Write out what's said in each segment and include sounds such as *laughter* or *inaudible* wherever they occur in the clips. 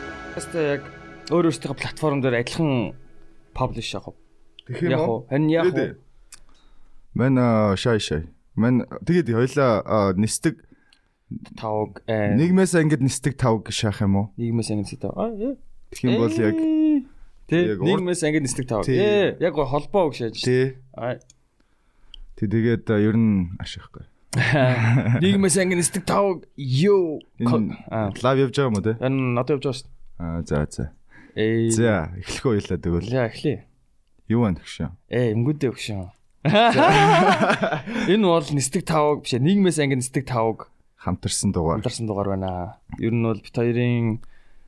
яг өөр өөртэйгээ платформ дээр адилхан паблиш яг уу. Тэгэх юм Яг уу. уу? Харин яг Тэгээд, уу. Мэн аа, шай шай. Мэн тэгээд хоёлаа аа, нисдэг Тавг э нэгмээс ингээд нисдэг тав гэж шаах юм уу? нийгмээс ангид нисдэг тав. Аа, э. Тэгэх юм бол яг Тэ яг урт- нийгмээс ангид нисдэг тав. Тий. Э яг гоо холбоо үг шааж. тий. Аа, Тэг тэгээд аа, ер нь ашигхгүй. Нийгмээс ангид нисдэг тав. Йоо. Энэ Аа. лав явж байгаа юм уу те? Энэ надад явж байгаа шүү. Аа за за. дээ. Э. За эхлэх хоёлаа тэгвэл За эхлэе. юу байна гэх юм. Э, эмгүүдээ өгшөн. Энэ бол нисдэг тавг биш ээ. Нийгмээс ангид нисдэг тавг Хамтарсан дугаар. хамтарсан дугаар байна. Ер нь бол бит хоёрын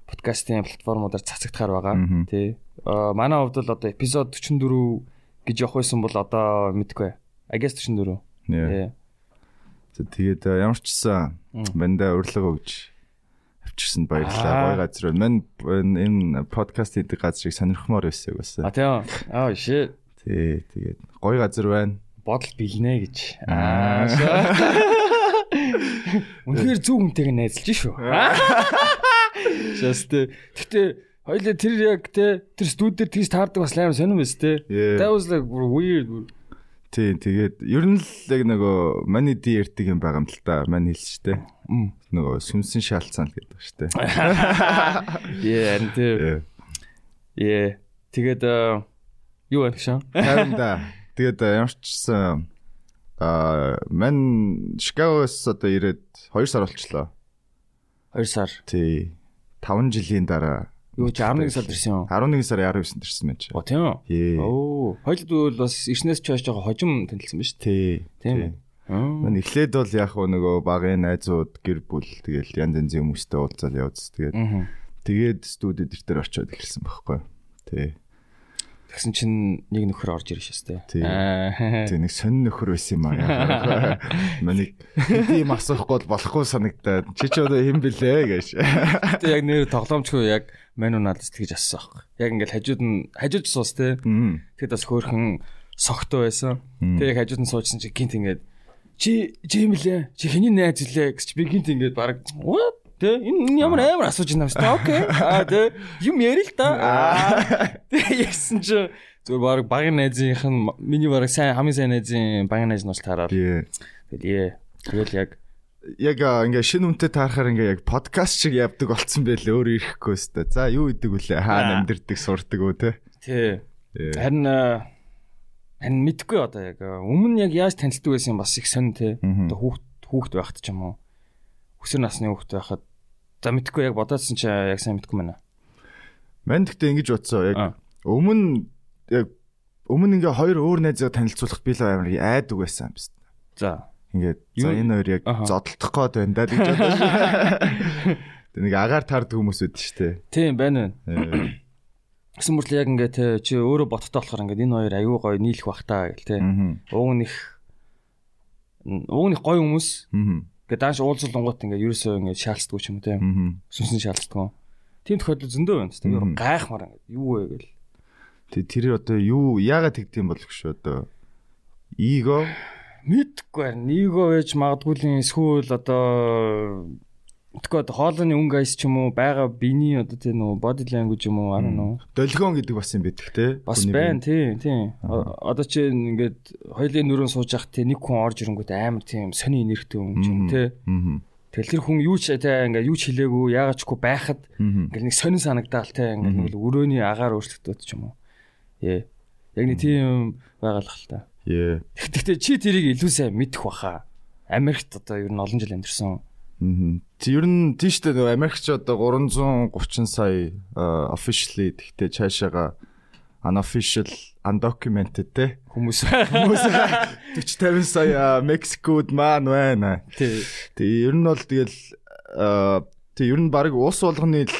подкастын платформудаар цацагдахаар байгаа. Мгм. Тэ. Аа, Манай хувьд бол одоо эпизод 44 гэж явах байсан бол одоо мэдгүй. Агаас 44. Э. Нэ. За тэгээд аа, ямар ч сан Мм. бандаа урилга өгж авчирсанд Аа. баярлалаа. Гой газар байна. Мэн энэ подкаст хийдэг газрыг сонирхмоор байсаг А басна. тийм. Аа, shit. Тий, тэгээд гой газар байна. Бодол билнэ гэж. Аа. Аа. *laughs* Үнэхээр зөв хүнтэйгээ найзалж шүү. *laughs* Just э, гэтээ хоёлаа тэр яг те тэр студид дээр тийж таардаг бас амар сонирм биз те. Yeah. That was like weird. Тий, тэгээд ер нь л яг нөгөө маний диертиг юм байгаа юм л та. Мань хэлсэн шүү дээ. Мм. Нөгөө сүмсэн шаалцсан л гэдэг шүү дээ. *laughs* Yeah, and те. Тий. Yeah. Тэгээд э, юу байх шаа? Харин да. Тэгээд э, ямар ч гэсэн аа мен Чикагоос одоо ирээд 2 сар болчлоо. 2 сар. Тий. 5 жилийн дараа Юу ч 11 сард ирсэн юм. 11 сарын 19-нд ирсэн байж. Оо тийм үү? Тий. Оо, хоёул бол бас ирснээс ч хойш жоохон хожим танилцсан биз Тий. Тийм үү? Мэн эхлээд бол яг хөө нөгөө багын найзууд гэр бүл тэгэл янз янзын хүмүүстэй уулзаал явууц. Тэгээд Аа. тэгээд студид эртэр очиод эхэлсэн байхгүй. Тий. Тэгсэн чинь нэг нөхөр орж ирж шээс Тий. тээ. Аа. Тэг нэг сонин нөхөр байсан юм *laughs* аа. Маний ийм асуухгүй бол болохгүй санагдаад чи ч одоо хэн блэ гэж. Тэ яг нэр тоглоомчгүй яг мануналс тэгж ассан аахгүй. Яг ингээл хажууд нь хажууд ч суус тээ. Мм. Тэгэд бас хөөхөн согтуу байсан. Тэг яг хажууд нь суучсан чи гинт ингээд чи чи юм лээ. Чи хэний найз лээ гэж чи би гинт ингээд баг what Тэ энэ энэ ямар амар асууж байна юм шүү дээ. Окей. Аа тэ юм ярил л да. Аа. Тэ ярьсан чи зүгээр баг багын найзынх нь миний баг сайн хамгийн сайн найзын багын найз нь бол таараад. Тий. Тэгэл ээ. Тэгэл яг яг аа, ингээ шин үнтэй таарахаар ингээ яг подкаст шиг явдаг болцсон байлээ өөрөө ирэхгүй өстө. За юу идэг вүлээ? Аа. Хаана амьдэрдэг, сурдаг үү те? тий Ээ. Харин э, харин мэдгүй одоо яг э, өмнө яг яаж танилцдаг байсан юм бас их сонь те. Мгм. Одоо хүүхд хүүхд байхад ч юм уу. Өсөр насны хүүхд байхад за мэдгүй яг бодоодсэн чи яг сайн мэдгүй байна. Мэн гэхдээ ингэж утсаа яг Аа. өмнө яг өмнө ингээ хоёр өөр найзгаа танилцуулахд би л амар айдаг байсан юм байна. За. Ингээд за Юу- энэ хоёр яг Аха. зодтолдох гээд байна да л гэж бодож. *laughs* Тэ нэг агаар таард хүмүүс Э, үүд чи те. Тийм байна байна. Ээ. Гэсэн мэт яг ингээ те чи өөрөө бодтоо болохоор ингээ энэ хоёр аюу гой нийлэх бах та гэл те. Мгм. Уг нь их уг нь их гой хүмүүс Мгм. ингээ дааш уулзлангууд ингээ ерөөсөө ингээ шаалцдаг ч юм уу те. Мгм. Сүнсэн шаалцдаг. Тийм тохиолдол зөндөө байна. Тэ Мгм. гайхмаар ингээ юу вэ гэл. Тэ тэр одоо юу яагаад тэгдэм бол гэж одоо иго Мэдгүй харин нэгөө байж магадгүй л эсвэл одоо мэдгүй одоо хоолны өнгө айс ч юм уу байгаа биний одоо тийм нөө body language юм уу арай нөө долгион гэдэг бас юм бидэх те. бас Хүний байна тий тий Аха. О- одоо чи ингээд хоёлын нөрөн сууж явах тий нэг хүн орж ирэнгүүт амар тийм сони энергтэй юм ч юм Мгм. тий Мгм. тэгэл тэр хүн юу ч тий ингээд юу ч хэлээгүй яагаад ч хгүй байхад Мгм. ингээд нэг сонин санагдаал тий ингээд Мгм. нэг л өрөөний агаар өөрчлөгдөд ч юм уу ээ яг нэг тийм байгаал хэл та Яа. Гэхдээ чи тэрийг илүү сайн мэдэх баха. Америкт одоо ер нь олон жил амьдэрсэн. Мгм. Тэ ер нь тийштэй нөгөө Америкч одоо 330 сая аа, officially тэгтээ цаашаага unofficial undocumented те. Хүмүүс Хүмүүс *laughs* 40 50 сая аа, Мексикод маань байна. тий. Тэ ер нь бол тэгэл аа, тэ ер нь баг уус болгоны л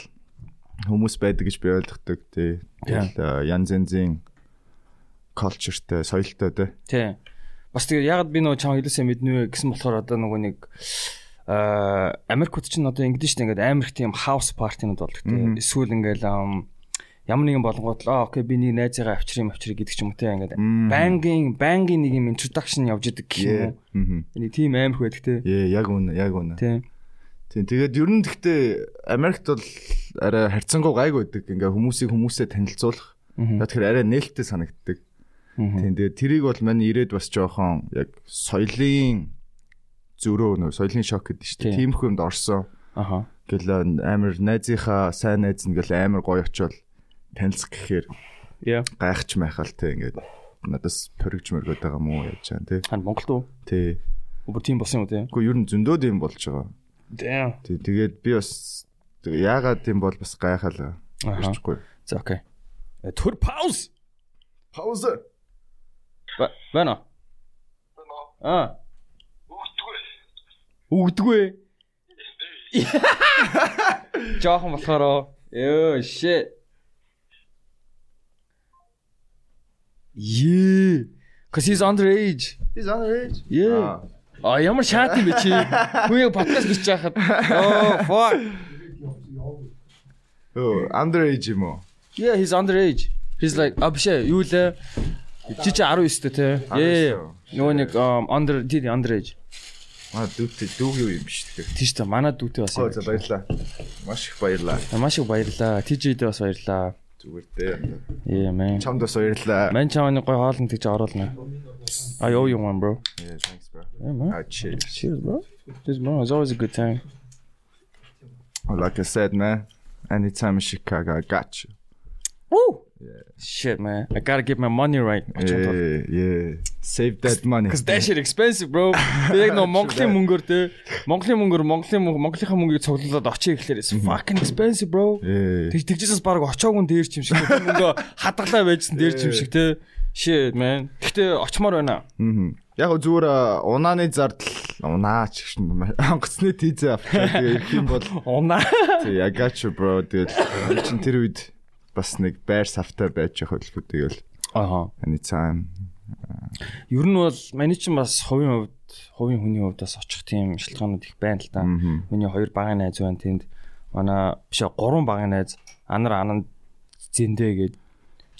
хүмүүс байдаг гэж би ойлгодог Тийм. тий. Тэгэл аа, янз янзын cultureтэй, соёлтой тий. Тий. Бас тэгээд ягаад би нөгөө чам илүү сайн мэднэ вэ гэсэн болохоор одоо нөгөө нэг аа Америкт ч н одоо ингэдэж штэ ингээд Америк тийм хаус партинууд болдог тий. Мгм. Эсвэл ингээд ам, ямар нэгэн болгоод л аа окей би нэг найзыгаа авчрын авчрыг гэдэг ч юм уу тий ингээд Мгм. бангийн бангийн нэг юм introduction явж идэг гэх юм Яа. уу. Нэг тийм Америк байдаг тий. Яа, яг үнэ, яг үнэ. Тий. Тийм тэгээд ер нь гэхдээ Америкт бол арай харьцангуй гайг байдаг. Ингээ хүмүүсийг хүмүүсээ танилцуулах. Мгм. Яг тэр арай нээлттэй санагддаг. Тийм тэгээд тэрийг бол миний ирээд бас жоохон яг соёлын зөрөө нөө соёлын шок гэдэг чинь Тийм. тиймэрхүү юмд орсон. Аха. Гэл амар найзынхаа сайн найз нэгэл амар гоё очивол танилцах гэхээр Яа. гайхч майхал те ингээд надаас пөргж мөргөд байгаа мó яаж чам те. Хан Монголд уу? Тэ. Өөр тийм болсон юм тий. Уу ер нь зөндөөд юм болж байгаа. Damn. Тэ тэгээд би бас тэг- яагаад юм бол бас гайхал. Аха. Хэрчгүй. За окей. Э, Төр пауз. Пауза. Ба- Байна. Аа. Өгдөггүй. Жохон болохоор ёо shit. Yeah. Cuz he's underage. He's on age. Yeah. А ямар шат юм бэ чи? Хүн яг подкаст хийж *laughs* байхад. Oh fuck. Өө underage юм уу? Yeah, he's underage. He's like abshe юу лээ? Чи чи 19 тэ те. Yeah. Нөгөө нэг um, under did underage. Маа дүүтэй дүүг юу юм биш тэгэхээр. Тийш та манай дүүтэй бас. Оо за баярлаа. Маш их баярлаа. Маш их баярлаа. TJ-д бас баярлаа. Зүгээр дээ. Yeah man. Чамд бас баярлаа. Ман чаманы гой хоолнд тэгж оруулна. I owe you one bro. Yeah, Э, thanks bro. Yeah man. Ah cheers. Cheers bro. Cheers bro. It's always a good time. Well, like I said, man, anytime in Chicago, I got you. Woo. Shit man. I got to get my money right. Yeah, yeah. Э, Save that money. Cuz that shit expensive bro. Би Яг нөө Монголын that. мөнгөөр те. Mongoлийн мөнгөөр Монголын мөнгө Монголынхаа мөнгийг цуглуулад очие гэхлээр it's fucking expensive bro. Yeah. Тэг тэгжээс баг очоогүй нь дээр ч юм шиг тэр мөнгө хадгалаа байжсан дээр ч юм шиг те. Shit man. Гэтэ очмоор байна. Мгм. Яг гоо зүгээр а, унааны зардал унаач гэж юм. *laughs* онгоцны тийзээ авчаа тэгээ ирэх юм бол Унаа. тий, I got you bro тэгэл чин тэр үед бас нэг байр савтай байж явах хөлгүй тэгэл Аха. anytime Ер нь бол миний чинь бас хувийн хувьд, хувийн хүний хувьд бас очих тийм шалтгаанууд их байна л да. Мгм. Миний хоёр багын найз байна тэнд. Манай биш ээ, гурван багын найз анар ананд зэндэ гээд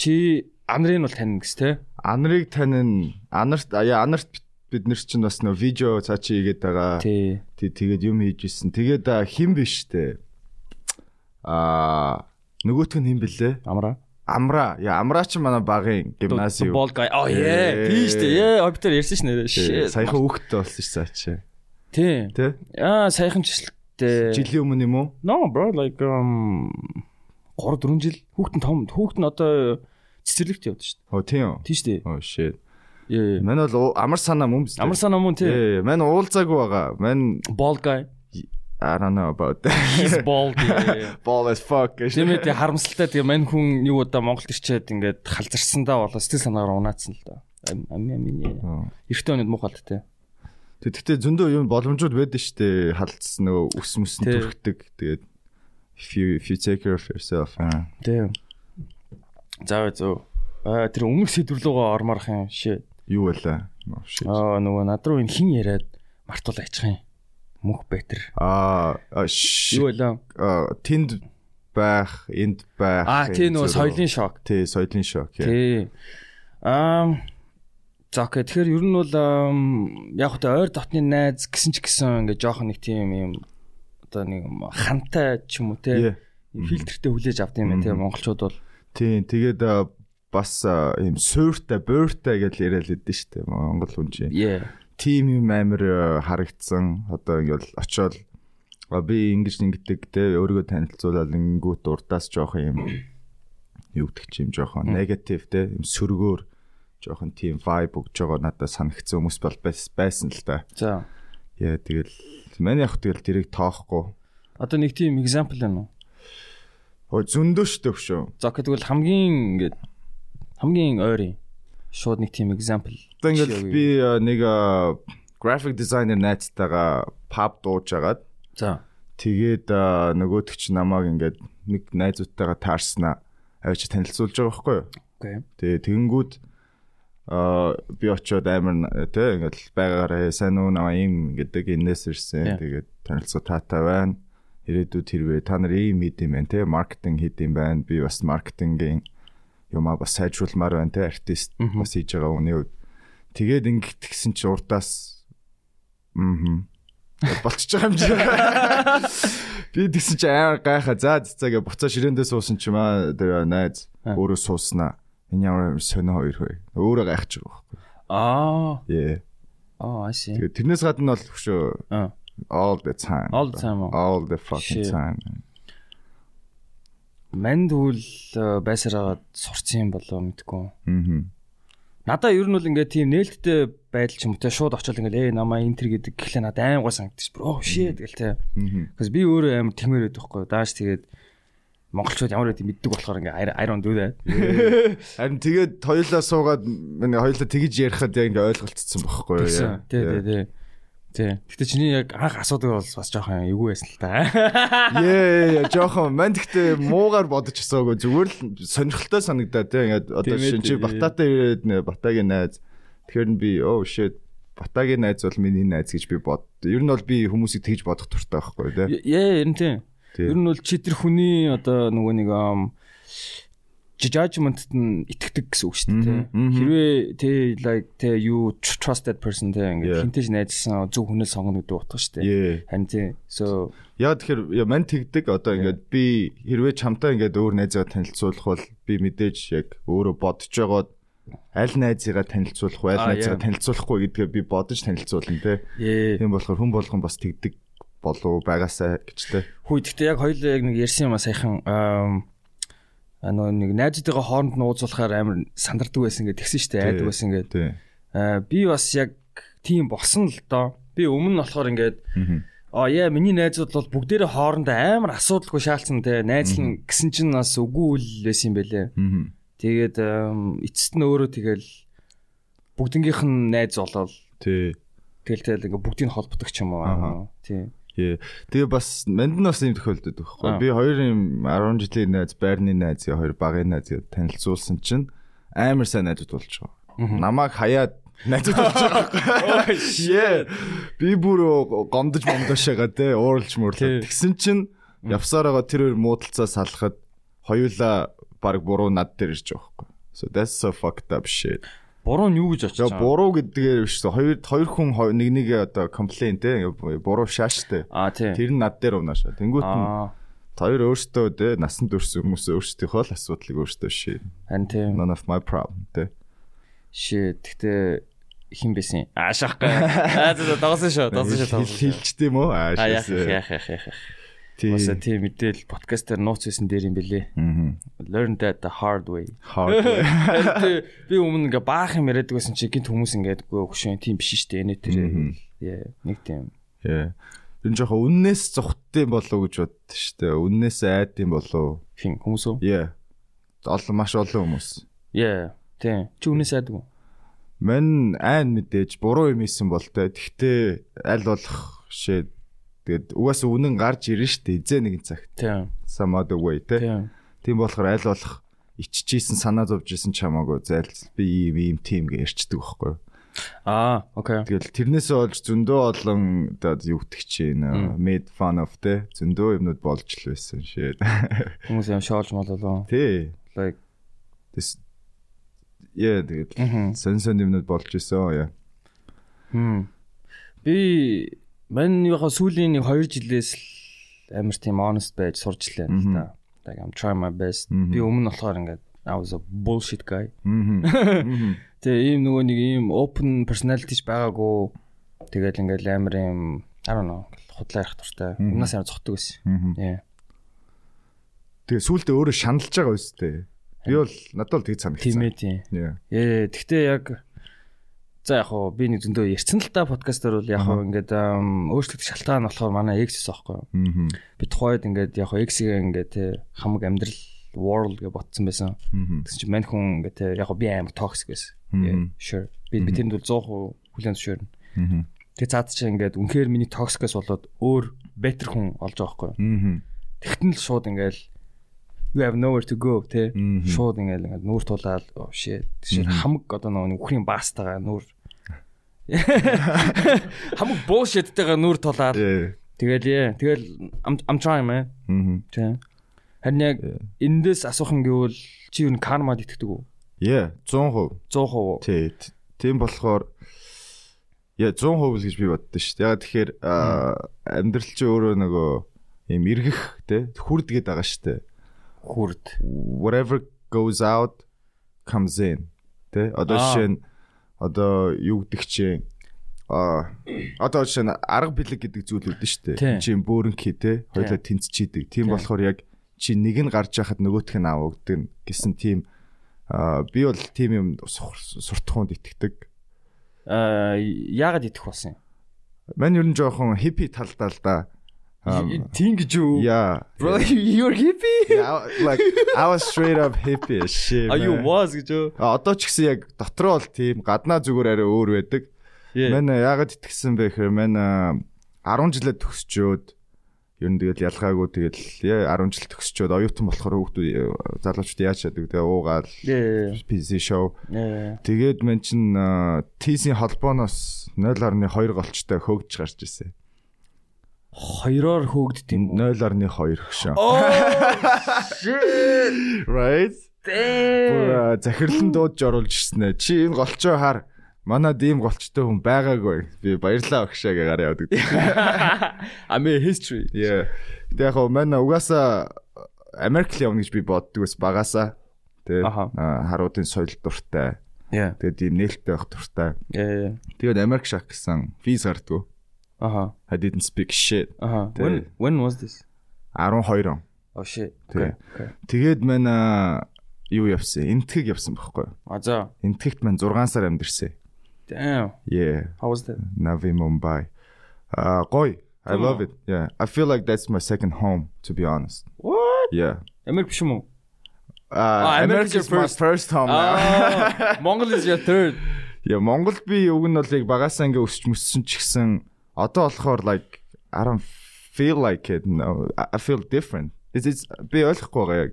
чи анарын бол тань гэс те. анарыг танин анарт а, яа анарт бит- бид нар чинь бас нөө видео цаачи хийгээд байгаа Тий. тий тэгээд юм хийж ирсэн тэгээд а, хин биш те а нөгөөтг нь хин блэ Амра. амра яа амра чи манай багын гимназийн Бол гай. Оо е. Ээ. Тий штэ. Е, оптер ярьсан шнэ. тий, Shit. саяхан хүүхдтэй болсон ш цаачи Тий. тий Аа, сайхан чишлэлтэй. жилийн өмнө юм уу No bro like um 3 4 жил хүүхдэн том хүүхдэн одоо цэцэрлэгт явдаг шүү дээ. Оо тийм үү? Тий штэ. Оо shit. Е. Мэн бол уу- амар санаа мөн биз. Амар санаа мөн тий. Тий, мэн уулзаагүй байгаа. Мэн Bald guy. I don't know about that. *laughs* He's bald. yeah. Ball as fuck. гэж. Тийм ээ тий, харамсалтай тийм мань хүн юу удаа Монголд ирчээд ингээд халзарсандаа болоо сэтгэл санаагаар унаацсан л да. Ам ам ам. Оо. Эхтэн өнөд мухалт тий. Тэг- Тэгтээ зөндөө юм боломжууд байдаг штэ. Халдсан нөгөө ус мөсн Тий. төрхдөг. Тэгээд if you if you take care of yourself. аа. Тийм. За бай зөө. Аа тэр өмнөх сэдвэр лугаа орморох юм шээ. Юу байлаа? Oh shit. Аа нөгөө над руу энэ хин яриад мартуул ачих юм. Мөнх бэтэр. Аа а, shit. Юу байлаа? Аа, тэнд байх, энд байх. Аа тий нөгөө соёлын шок. тий соёлын шок. яа. Тий. Аа За окей. Тэгэхээр ер нь бол ам, яг хөтэ ойр дотны найз гэсэн ч гэсэн ингээ жоох нэг тийм юм одоо нэг юм хантай ч юм уу те. Yeah. Ийм фильтртэй хүлээж авд юм байна те монголчууд бол Тийм, тэгээд аа, бас аа, ийм суйртай, буйртай гэж яриад лээдэн штэ Монгол хүн чинь. yeah Тим юм амар аа, харагдсан. Одоо ингээл очиод аа, би ингэж ингэдэг те өөрийгөө танилцуулаад ингүүт урдаас жоох юм юу гэдэг чи юм жоох негатив те юм сөргөөр жоох тийм vibe өгж байгаа надад санагдсан хүмүүс бол байс- байсан л та. за Яа тэгэл мань яг тэгэл тэрийг тоохгүй. одоо нэг тийм example байна уу Оо зөндөө штэ хөшөө. за окей тэгвэл хамгийн ингээ хамгийн ойрын шууд нэг тийм example Одоо жишээ ингээл өгье. би э, нэг э, graphic designer найзтайгаа pub дуужгаад за тэгээд э, нөгөөдөг чи намайг ингээд нэг найзуудтайгаа таарснаа авч танилцуулж байгаа байхгүй юу. окей Тэгээ тэгэнгүүт а би очиод амар н- тэ ингээл байгаараа сайн уу наваа юм гэдэг энэс Yeah. ирсэн. Тэгээд танилцуу таатай байна. Ирээдүйд хэрвээ та нар ийм хийд юм байна те маркетинг хийд юм байна. Би бас маркетингийн юмаа бас сайжруулмаар байна те артист Мгм. бас хийж байгаа үний үед. Тэгээд ингээд гисэн чи урдаас мхм болчихж байгаа юм чи. Би тэгсэн чи амар гайхаа. За цэцэгээ буцаа ширээндээ суусан ч юм аа тэр найз өөрөө сууснаа. Энэ ямар сонио хоёр хөө. Өөрөө гайхаж байгаа байхгүй. Аа. Яа. Аа, I see. Тэгээ тэрнээс гадна бол хөшөө Аа. all the time. All the time уу? All the Shit. fucking time. Ман тэгвэл байсараад э, сурцсан юм болоо мэдгүй. Мм. Надаа ер нь бол ингээ тийм нээлттэй байдал ч юм уу те шууд очил ингээл ээ намаа энэ төр гэдэг гэхлээр надад айн гоо санагдчих. Оо shit тэгэл те. Мм. Because би өөрөө амар тэмээрэд байхгүй. Дааш тэгээд монголчууд ямар байдгийг мэддэг болохоор ингээ I I don't do that. Харин тэгээд хоёлаа суугаад нэг хоёлаа тэгж ярихад яг ингээ ойлголцсон байхгүй юу? Тэгсэн. Тий, тий, тий. Тий. Гэтэ чиний яг анх асуудаг бол бас жоохон эвгүй байсан л та. Яа, жоохон мань гэхдээ муугаар бодож асуугаа зүгээр л сонирхолтой санагдаа тийм ингээд одоо Тийм ээ, шинэ чи тийм ээ. бататай ирээд нэ батагийн найз тэгэхээр нь би оо shit батагийн найз бол миний найз гэж би бод. Ер нь бол би хүмүүсийг тэгж бодох туфтаа байхгүй тийм. Яа, ер нь тий. Тийм. Ер нь бол чи тэр хүний одоо нөгөө нэг ам judgment-д нь итгэдэг гэсэн үг шүү дээ. Мгм, мгм. тий. Хэрвээ тий like тий you tr- trust that person тий Yeah. ингээд хинтэйж найзсан зөв хүнэл сонгоно гэдэг утга шүү дээ. Яа. Харин тий. So Яа тэгэхээр яа, мань тэгдэг одоо ингээд би хэрвээ чамтай ингээд өөр найзгаа танилцуулах бол би мэдээж яг өөрөө бодож байгаа аль найзыгаа танилцуулах вэ, Аа, аль найзыгаа яа. танилцуулахгүй гэдгээ би бодож танилцуулна тийм. ээ Тийм болохоор хүн болгон бас тэгдэг болов байгаасаа гэжтэй. хүү гэхдээ яг хоёул яг нэг ярьсан юм а саяхан ам, а нөгөө нэг найзтайгаа хооронд нь уулзуулахаар амар сандардаг байсан гэдэг тэгсэн шүү дээ. Тий. Айдаг байсан гэдэг. Тийм. Аа, би бас яг тийм болсон л доо. Би өмнө нь болохоор ингээд аа яа миний найзууд бол бүгдээрээ хоорондоо амар асуудалгүй шаалцсан те найзлан гэсэн чинь бас үгүй л байсан юм байлээ. Мгм. Тэгээд ам, эцэст нь өөрөө тэгэл бүгднгийнх нь найз болол Тий. тэгэл тэгэл ингээд бүгдийг нь холбодог ч юм уу. Аха. аа, Тийм. Яа. Тэгээ бас манд нь бас юм тохиолдод Аа. байхгүй. Би хоёр юм 10 жилийн найз, байрны найз, яа, хоёр багын найз яа, танилцуулсан чинь амар сайн найзууд болж байгаа. Намайг хаяад найзууд *laughs* болж байгаа. Яа. Би бүр гомдож момдошаага те Тий. ууралж мөрлөө. Тэгсэн чинь явсаар байгаа тэр хоёр муудалцаа салахад хоёулаа баг буруу над дээр ирж байгаа байхгүй. So that's so fucked up shit. Буруу нь юу гэж очиж За буруу гэдгээр биш шүү. Хоёр хоёр хүн хо- нэг нэгээ одоо комплейн те ингээ буруу шааштай. Аа тийм. Тэр нь над дээр унаашаа. Тэнгүүт нь Аа хоёр өөртөө те насан турш хүмүүс өөрсдийнхөө л асуудлыг өөртөө шээ. ан тийм. None of my problem те. Шээ, тэгтээ хин бэсэн. Аа шахгүй. Аа зөв дагсан шүү, дагсан шүү. дагсан шүү. Хилчт юм уу? Аа Аа яах шээ. яах яах яах. Тий. Баса тийм мэдээл подкаст дээр нууц байсан дээр юм бэлээ. Мгм. Learn that the hard way. Hard way. Тэ, Би өмнө ингээ баах юм яриад байсан чи гинт хүмүүс ингээд гоо хөшөө тийм биш штэ энэ тэр. Яа, нэг тийм. Яа. Тэр нь жоохон үннээс зүхттэй болов уу гэж боддоо штэ. Үннээс айд юм болов. Хин хүмүүс үү? Яа. Олон маш олон хүмүүс. Яа, тийм. Чи үнээс айдаг уу? Мэн айн мэдээж буруу юм исэн бол тэ. Тэгтээ аль болох шээ. Тэгэд угаасаа үнэн гарч ирнэ штэ. Эзэ нэг цагт. Тийм. Some other way тэ. Тийм. Тийм болохоор аль болох иччихсэн санаа зовжсэн ч хамаагүй зайлц би ийм ийм тим гэрчдэг байхгүй. юу. Аа, окей. Тэгэл тэрнээсээ олж зөндөө олон оо югтгч юм made fun of те зөндөө юмнууд болж л байсан шээ. Хүмүүс юм шоолж мал болоо. Тий. Like Тэс Яа тэгэл мгм. сэн сэн юмнууд болж исэн яа. Хм. Би мань яг сүүлийн нэг 2 жилээс л амар тийм honest байж сурч лээ л да. Like I'm trying my best. Мгм. Би өмнө болохоор ингээд I was a bullshit guy. Аа. Тэгээ ийм нөгөө нэг ийм open personality ч байгаагүй. Тэгэл ингээд амар ийм I don't know худлаа ярих дуртай. Өмнөөс амар цохтдаг байсан. Яа. Тэгээ сүултээ өөрөө шаналж байгаа үстэй. Би бол надад л тэг Тийм санагдсан. ээ тийм. Яа. Ээ тэгтээ яг за яг хоо би нэг зөндөө ярьсан л та подкастер бол яг хоо ингээд ам, өөрчлөлт шалтгаан болохоор манай X-с аахгүй юу? Аа. би тухайд ингээд яг хоо X-ийг ингээд те хамаг амьдрал world гэж ботсон байсан. Тэгсэн чинь мань хүн ингээд те яг хоо би амар токсик байсан. Мгм. Yeah, Sure. Би би тэнд бол 100% хүлэн зөвшөөрнө. Аа. Тэгээ цаад чинь ингээд үнэхээр миний токсикээс болоод өөр better хүн олж байгаа байхгүй. Аа. Тэгтэн л шууд ингээд you have nowhere to go те Мгм. шууд ингээд ингээд нүүр тулаал oh shit тийм хамаг одоо нөгөө нэг үхрийн баастайгаа *laughs* нүүр хамаг bullshit-тэйгээ нүүр тулаал. Яа. Тэгэл яа. Тэгэл I'm I'm trying man. Аа. Тийм. Харин яг эндээс асуух юм гэвэл чи юу н кармад итгэдэг үү? Яа, 100%. 100% үү? Тий. т- Тийм болохоор Яа 100% л гэж би боддоо шүү. Ягаад тэгэхээр аа, амьдрал чи өөрөө нөгөө юм эргэх те хүрд гээд байгаа шүү дээ. Хүрд. Whatever goes out comes in. Тэ одоо Аа. жишээ нь одоо юу гэдэг чинь а одоо жишээ нь арга бэлэг гэдэг зүйл үүдэн шүү Тийм. дээ. Чи бөөрөнхий те хоёлаа тэнцчиийдэг. Тийм Тийм. болохоор яг чи нэг нь гарч яхад нөгөөх нь авагддаг гэсэн тийм а би бол тийм юм сур- суртахуунд итгэдэг. Аа Э, яагаад идэх болсон юм? Мань ер нь жоохон хиппи талдаа л да. Um, Тийм гэж юу? Yeah. Bro, *laughs* you're hippie? Yeah, I- like I was straight up hippie as shit. Are you man. was гэж юу? А одоо ч гэсэн яг дотроо л тийм гаднаа зүгээр арай өөр байдаг. Yeah. Манай яагаад итгэсэн бэ гэхээр манай 10 жилээ төгсчөөд ер нь тэгэл ялгаагүй тэгэл яа, 10 жил төгсчөөд оюутан болохоор хүүхдүүд э, залуучууд яаж чаддаг тэгээ уугаал Yeah. PC show. yeah. Тэгээд мен чин э, TC-ийн холбооноос 0.2 голчтой хөөгж гарч ирсэн. Хоёроор хөөгдд юм уу? 0.2 хөшөө. Oh shit. Right? *laughs* Damn. Бүр, э, захирлан дуудж оруулж ирсэн ээ. Чи энэ голчоо хар. Манад ийм голчтой хүн байгаагүй. Би баярлаа өгшөө гэж гараа явдаг. I mean history. Яа. Гэтэ яг хоо манай угаасаа Америк л явна гэж би боддог ус багаасаа. Тэ Аха. а, харуудын соёл дуртай. Yeah. Тэгээд ийм нээлттэй байх дуртай. Yeah. Тэгээд Америк шах гэсэн виз гардгүй. Аха. I didn't speak shit. Аха. Тэ. When when was this? 12 он. Oh shit. Okay. Тэ. Okay. Тэгээд манай юу явсан? Энтгэг явсан байхгүй юу? А за. Энтгэгт мань 6 сар амьдэрсэн. Damn. Yeah, How was that? Navi Mumbai. А гоё. I Тэмүү. love it. Yeah. I feel like that's my second home to be honest. What? Yeah. Америк биш юм уу? Uh, America's your my first. first home. *laughs* now. Аа. Монгол is your third. Яа Монгол би уг нь бол яг багасаа ингээ өсч мөссөн ч гэсэн одоо болохоор like I don't feel like it. No. I I feel different. Is it би ойлгохгүй байгаа яг.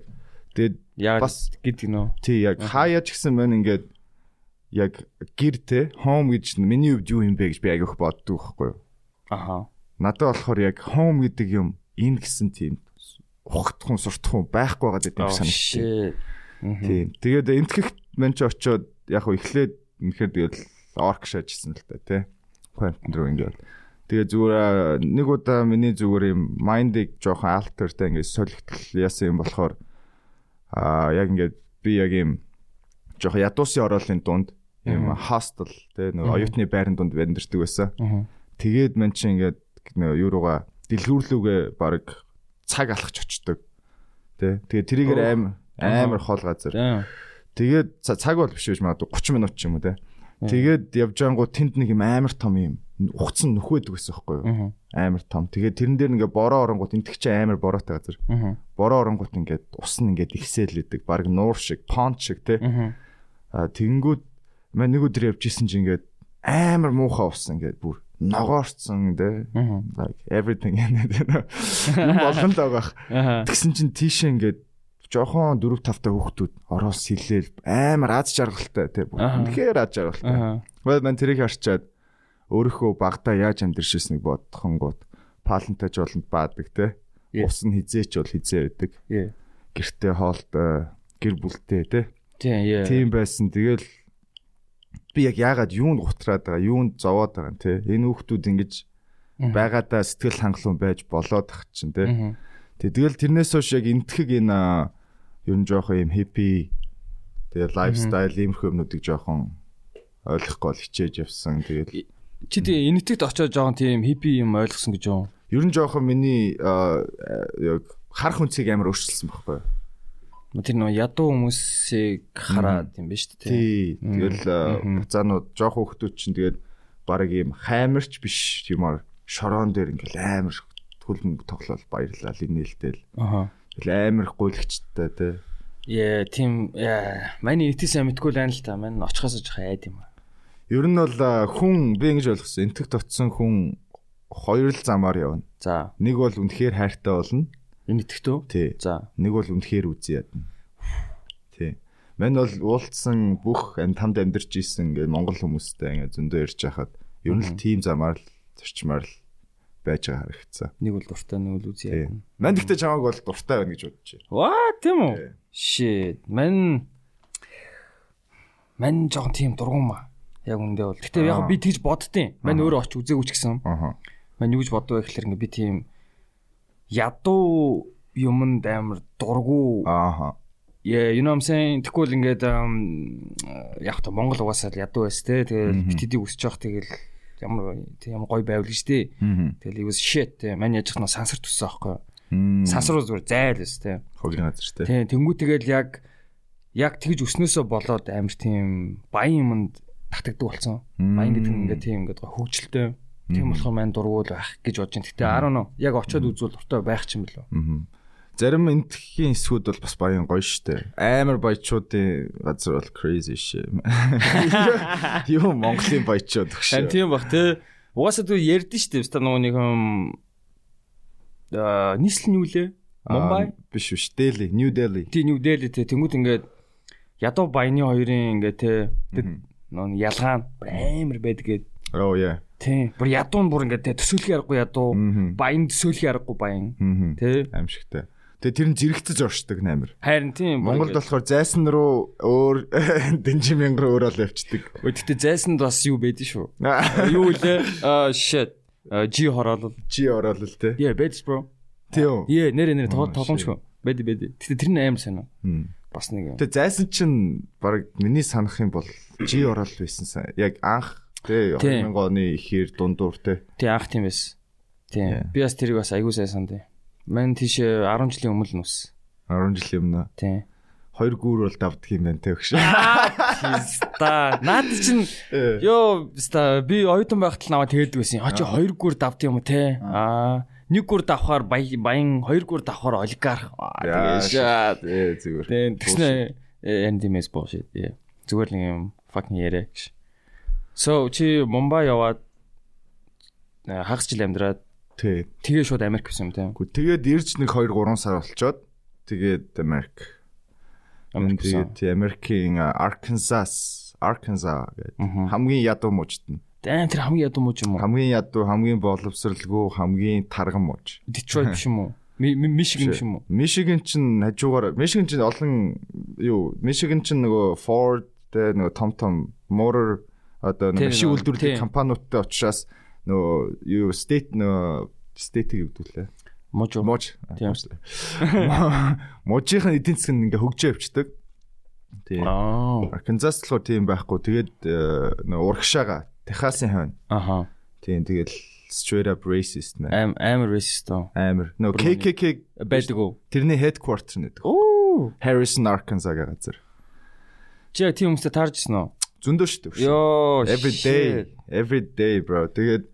Тэгээд Яагаад Бас- гэдэг нөө? тий яг хаяа ч гэсэн мэн ингээд яг гэр те home гэж миний хувьд юу юм бэ гэж би агиох боддог байхгүй юу. Аха. Надад болохоор яг home гэдэг юм энэ гэсэн тийм ухтхан суртхан байхгүй байгаа гэдэг юм Oh санагдчих. shit. Мгм. Тийм. Тэгээд энтгэхт мэн ч очоод яг уу эхлээд үнэхээр тэгэл орк шажсан л та тий. Quantum руу ингээд. Тэгээ зүгээр аа, нэг удаа миний зүгээр юм майндыг жоохон альтертэй ингээд солигдтал яасан юм болохоор аа яг ингээд би яг юм жоохон ядуусын ороолын дунд юм хостел тий нэг оюутны байрны дунд амьдэрдэг байсан. Мгм. Тэгээд мэн чи ингээд нөө юу руугаа дэлгүүрлүүгээ баг цаг алхаж очдөг. Тэ. Тэгээд тэрийгээр Өөх. аим амар хол газар. Damn. Тэгээд ца- цаг бол биш байж магадгүй 30 минут ч юм уу тэ. Тэгээд явж ангуу тэнд нэг юм амар том юм ухцсан нөхөөдөг гэсэн байхгүй юу? Мгм. Амар том. Тэгээд тэрэн дээр ингээ бороо оронгууд энтэг чи амар бороотой газар. Мгм. Бороо оронгууд ингээд ус нь ингээд ихсээлээдэг баг нуур шиг, понт шиг тэ. Мгм. А тэгэнгүүт мань нэг өдөр явж исэн чи ингээд амар муухай ус ингээд бүр ногоорцсон тэ. Мгм. like everything in it you know. *laughs* юм болгон л байгаа. Аха. Тэгсэн чинь тийшээ ингээд жохон 4 5 та хүүхдүүд ороос хилээл амар аз жаргалтай тий. бүр Аха. Үнэхээр аз жаргалтай. Аха. Well man тэрийг харчаад өөрөхөө багада яаж амьдэршээснийг бодхонгууд палантаж болонд баадаг тий. Yeah. Ус нь хизээч бол хизээ байдаг. Yeah. Гэртээ хоолт э, гэр бүлтэй тий. Тийм яа. Тийм байсан. Тэгэл би яг яагаад юунд гутраад байгаа, юунд зовоод байгаа юм те. Энэ хүүхдүүд ингэж Мгм. байгаадаа сэтгэл хангалуун байж болоод тах чинь те. Мгм. Тэгэл тэрнээс хойш яг энтгэг энэ аа, ер нь жоохон юм хиппи тэгээ лайфстайл иймэрхүү юмнуудыг жоохон ойлгохгүй л хичээж явсан. Тэгэл Чи тийм энэтэгт очоод жоохон тийм хиппи юм ойлгосон гэж юм. ер нь жоохон миний аа, яг харах үнцгийг амар өөрчилсөн байхгүй юу? Тэр нөө ядуу хүмүүсийг хараад юм биш үү? Тий. Тий. Тэгэл аа, буцаанууд жоох хүүхдүүд чинь тэгэл баг ийм хаймарч биш юмар шороон дээр ингээл амар хөлн тоглол баярлал инээлтэл Аха. тэгэл амар гүйлгчтэй тий. Яа, тийм яа. Манай энэтээс амитгүй л байна л та. Манай очихоос жоохон айд юм аа. Ер нь бол аа, хүн би ингэж ойлгосон энтэг тотсон хүн хоёр л замаар явна. За, Нэг бол үнэхээр хайртай болно. энэтэгт үү? Тий. За. Нэг бол үнэхээр үзий ядна. Тий. Мэн бол уулцсан бүх энэ тамд амьдарч исэн ингээд монгол хүмүүстэй ингээд зөндөө ярьж хахад ер нь л тийм замаар л зарчмаар л байж байгаа харагдсан. Нэг бол дуртай, нэг бол үзье. Тий. Мэн гэхдээ чамаг бол дуртай байна гэж бодож байна. Ваа, тийм үү? Тий. Shit. Мань мань жоохон тийм дургуун маа. Яг үндэ бол. Гэтэ яг Аа. би тэгж боддtiin. Мань өөрөө очиж үзээгүй ч гэсэн. Аха. Мань юу гэж бодвэ гэхэлэр ингээ би тийм ядуу юмд амар дургу Аха. Yeah, you know what I'm saying. Тэгвэл ингээд ам, яг та Монгол угаасаа л ядуу байс те. Тэгэл Мгм. битэдийг өсөж явах тэгэл ямар тэг- ямар гоё байвал гэж те. Мм. Тэгэл it was shit те. Мань яж хна сансар төссөн аахгүй. Сансар Сансар бол зүгээр зайл байс те. хогийн газар те. Тэг тэнгуү тэгэл яг яг тэгж өснөөсөө болоод амар тийм баян юмд татагддаг болсон. Баян гэдэг нь ингээд тийм ингээд гоо хөвгчлээ. Тийм болохоор мань дургуул байх гэж бодож байна. Гэтэ 10 нь яг очиод үзвэл дуртай байх ч юм бэл. Мгм. Зарим энтхийн эсгүүд бол бас баян гоё штэ. Амар баячуудын газар бол *laughs* crazy shit. Юу Монголын баячууд Харин гэж. тийм бах те. Угаасаа түр ярдэн штеп ста нөгөө нэг юм аа нийслэл нь юу лээ? Мумбай. биш биш Дели, New Delhi. Тийм юу дээлээ те. Тэнгүүд ингээд ядуу баяны хоёрын ингээд те. Мгм. Нөгөө нэг ялгаа нь бүр амар байдгээд Oh yeah. тийм. Бүр ядуу нь бүр ингээд те төсөөлөх аргагүй ядуу. Мгм. Баян төсөөлөх аргагүй баян. Мм. Тэ. Аимшигтай. Тэгээ тэр нь зэрэгцэж оршдог нээр. Харин тийм. бүр Монгол ингээд- болохоор зайсан руу өөр *laughs* дэнжимэн руу өөрөө л явчихдаг. Өө, Гэтэ зайсанд бас юу байдэн шүү. Юу лээ? Аа shit. Аа, G хороолол. Чи ороод л те. Yeah, байдж bro. Тийм. Yeah, нэрэ нэрэ тол- Oh, shit. толомчгүй. Бэдэ бэдэ. Гэтэ тэр нь амар сайн. Мм. Бас нэг юм. Тэгээ зайсан чинь баг миний санах юм бол жи орол байсан сан. Яг анх тий Тийм. 2000 оны ихэр дундуур тий. Тий анх тийм байсан. Тий. Yeah. Би бас тэрийг бас айгүй сайн санд. Мэн тийш 10 жилийн өмнө нь ус. 10 жил юмна. Тий. Хоёр гүүр бол давдаг юм байна тий өгш. Та наад чинь ёо ста би оюутан байхдаа наваа тэгэдэг байсан. Хачи хоёр гүр давд юм уу те. Аа нэг гүр давхаар баян баян хоёр гүр давхаар олигарх. Аа, Яаш. Тэгээд Э зүгээр. тий тэгснэ э, эндимэс bullshit. Yeah. Зүгээр л юм fucking яриа. гэж. So чи Мумбай яваад э, хагас жил амьдраад Тий. тэгээ шууд Америк гэсэн юм те. Гү тэгээд ирж нэг 2 3 сар болчоод тэгээд Америк. Америк гэсэн. Тэгээд тий, Америкийн а, Arkansas Arkansas Мгм. гэдэг хамгийн ядуу мужид нь. Дэн тэр хамгийн ядуу мууч юм уу? Хамгийн ядуу, хамгийн боловсралгүй, хамгийн тарган муж. Detroit биш *laughs* юм уу? Ми- ми- Michigan биш юм уу? Мишигэн чинь хажуугаар Мишигэн чинь олон юу Мишигэн чинь нөгөө Ford тэ нөгөө том том motor одоо Тийм, нөгөө машин нөгөө, үйлдвэрлэдэг тийм. компаниудтай учраас нөгөө юу state нөгөө state-ийг хэвдүүлээ. Мууч уу? Мож. Тийм. Можийн эдийн засаг нь ингээ хөгжөө явчихдаг. Тийм. Аа. Арканзас болохоор тийм байхгүй. Тэгээд э, нөгөө урагшаага Техасын хойно. Аха. Тийм тэгэл straight up racist нэ. Aim aim racist оо. Амар. Бүр Нөгөө KKK Байдаг уу? тэрний headquarter нь гэдэг. Оо. Harrison Arkansas гэх газар. Чи тийм хүмүүстэй тааржсэн үү? Зөндөө шүү дээ. Йоо. Every day, every day bro. Тэгээд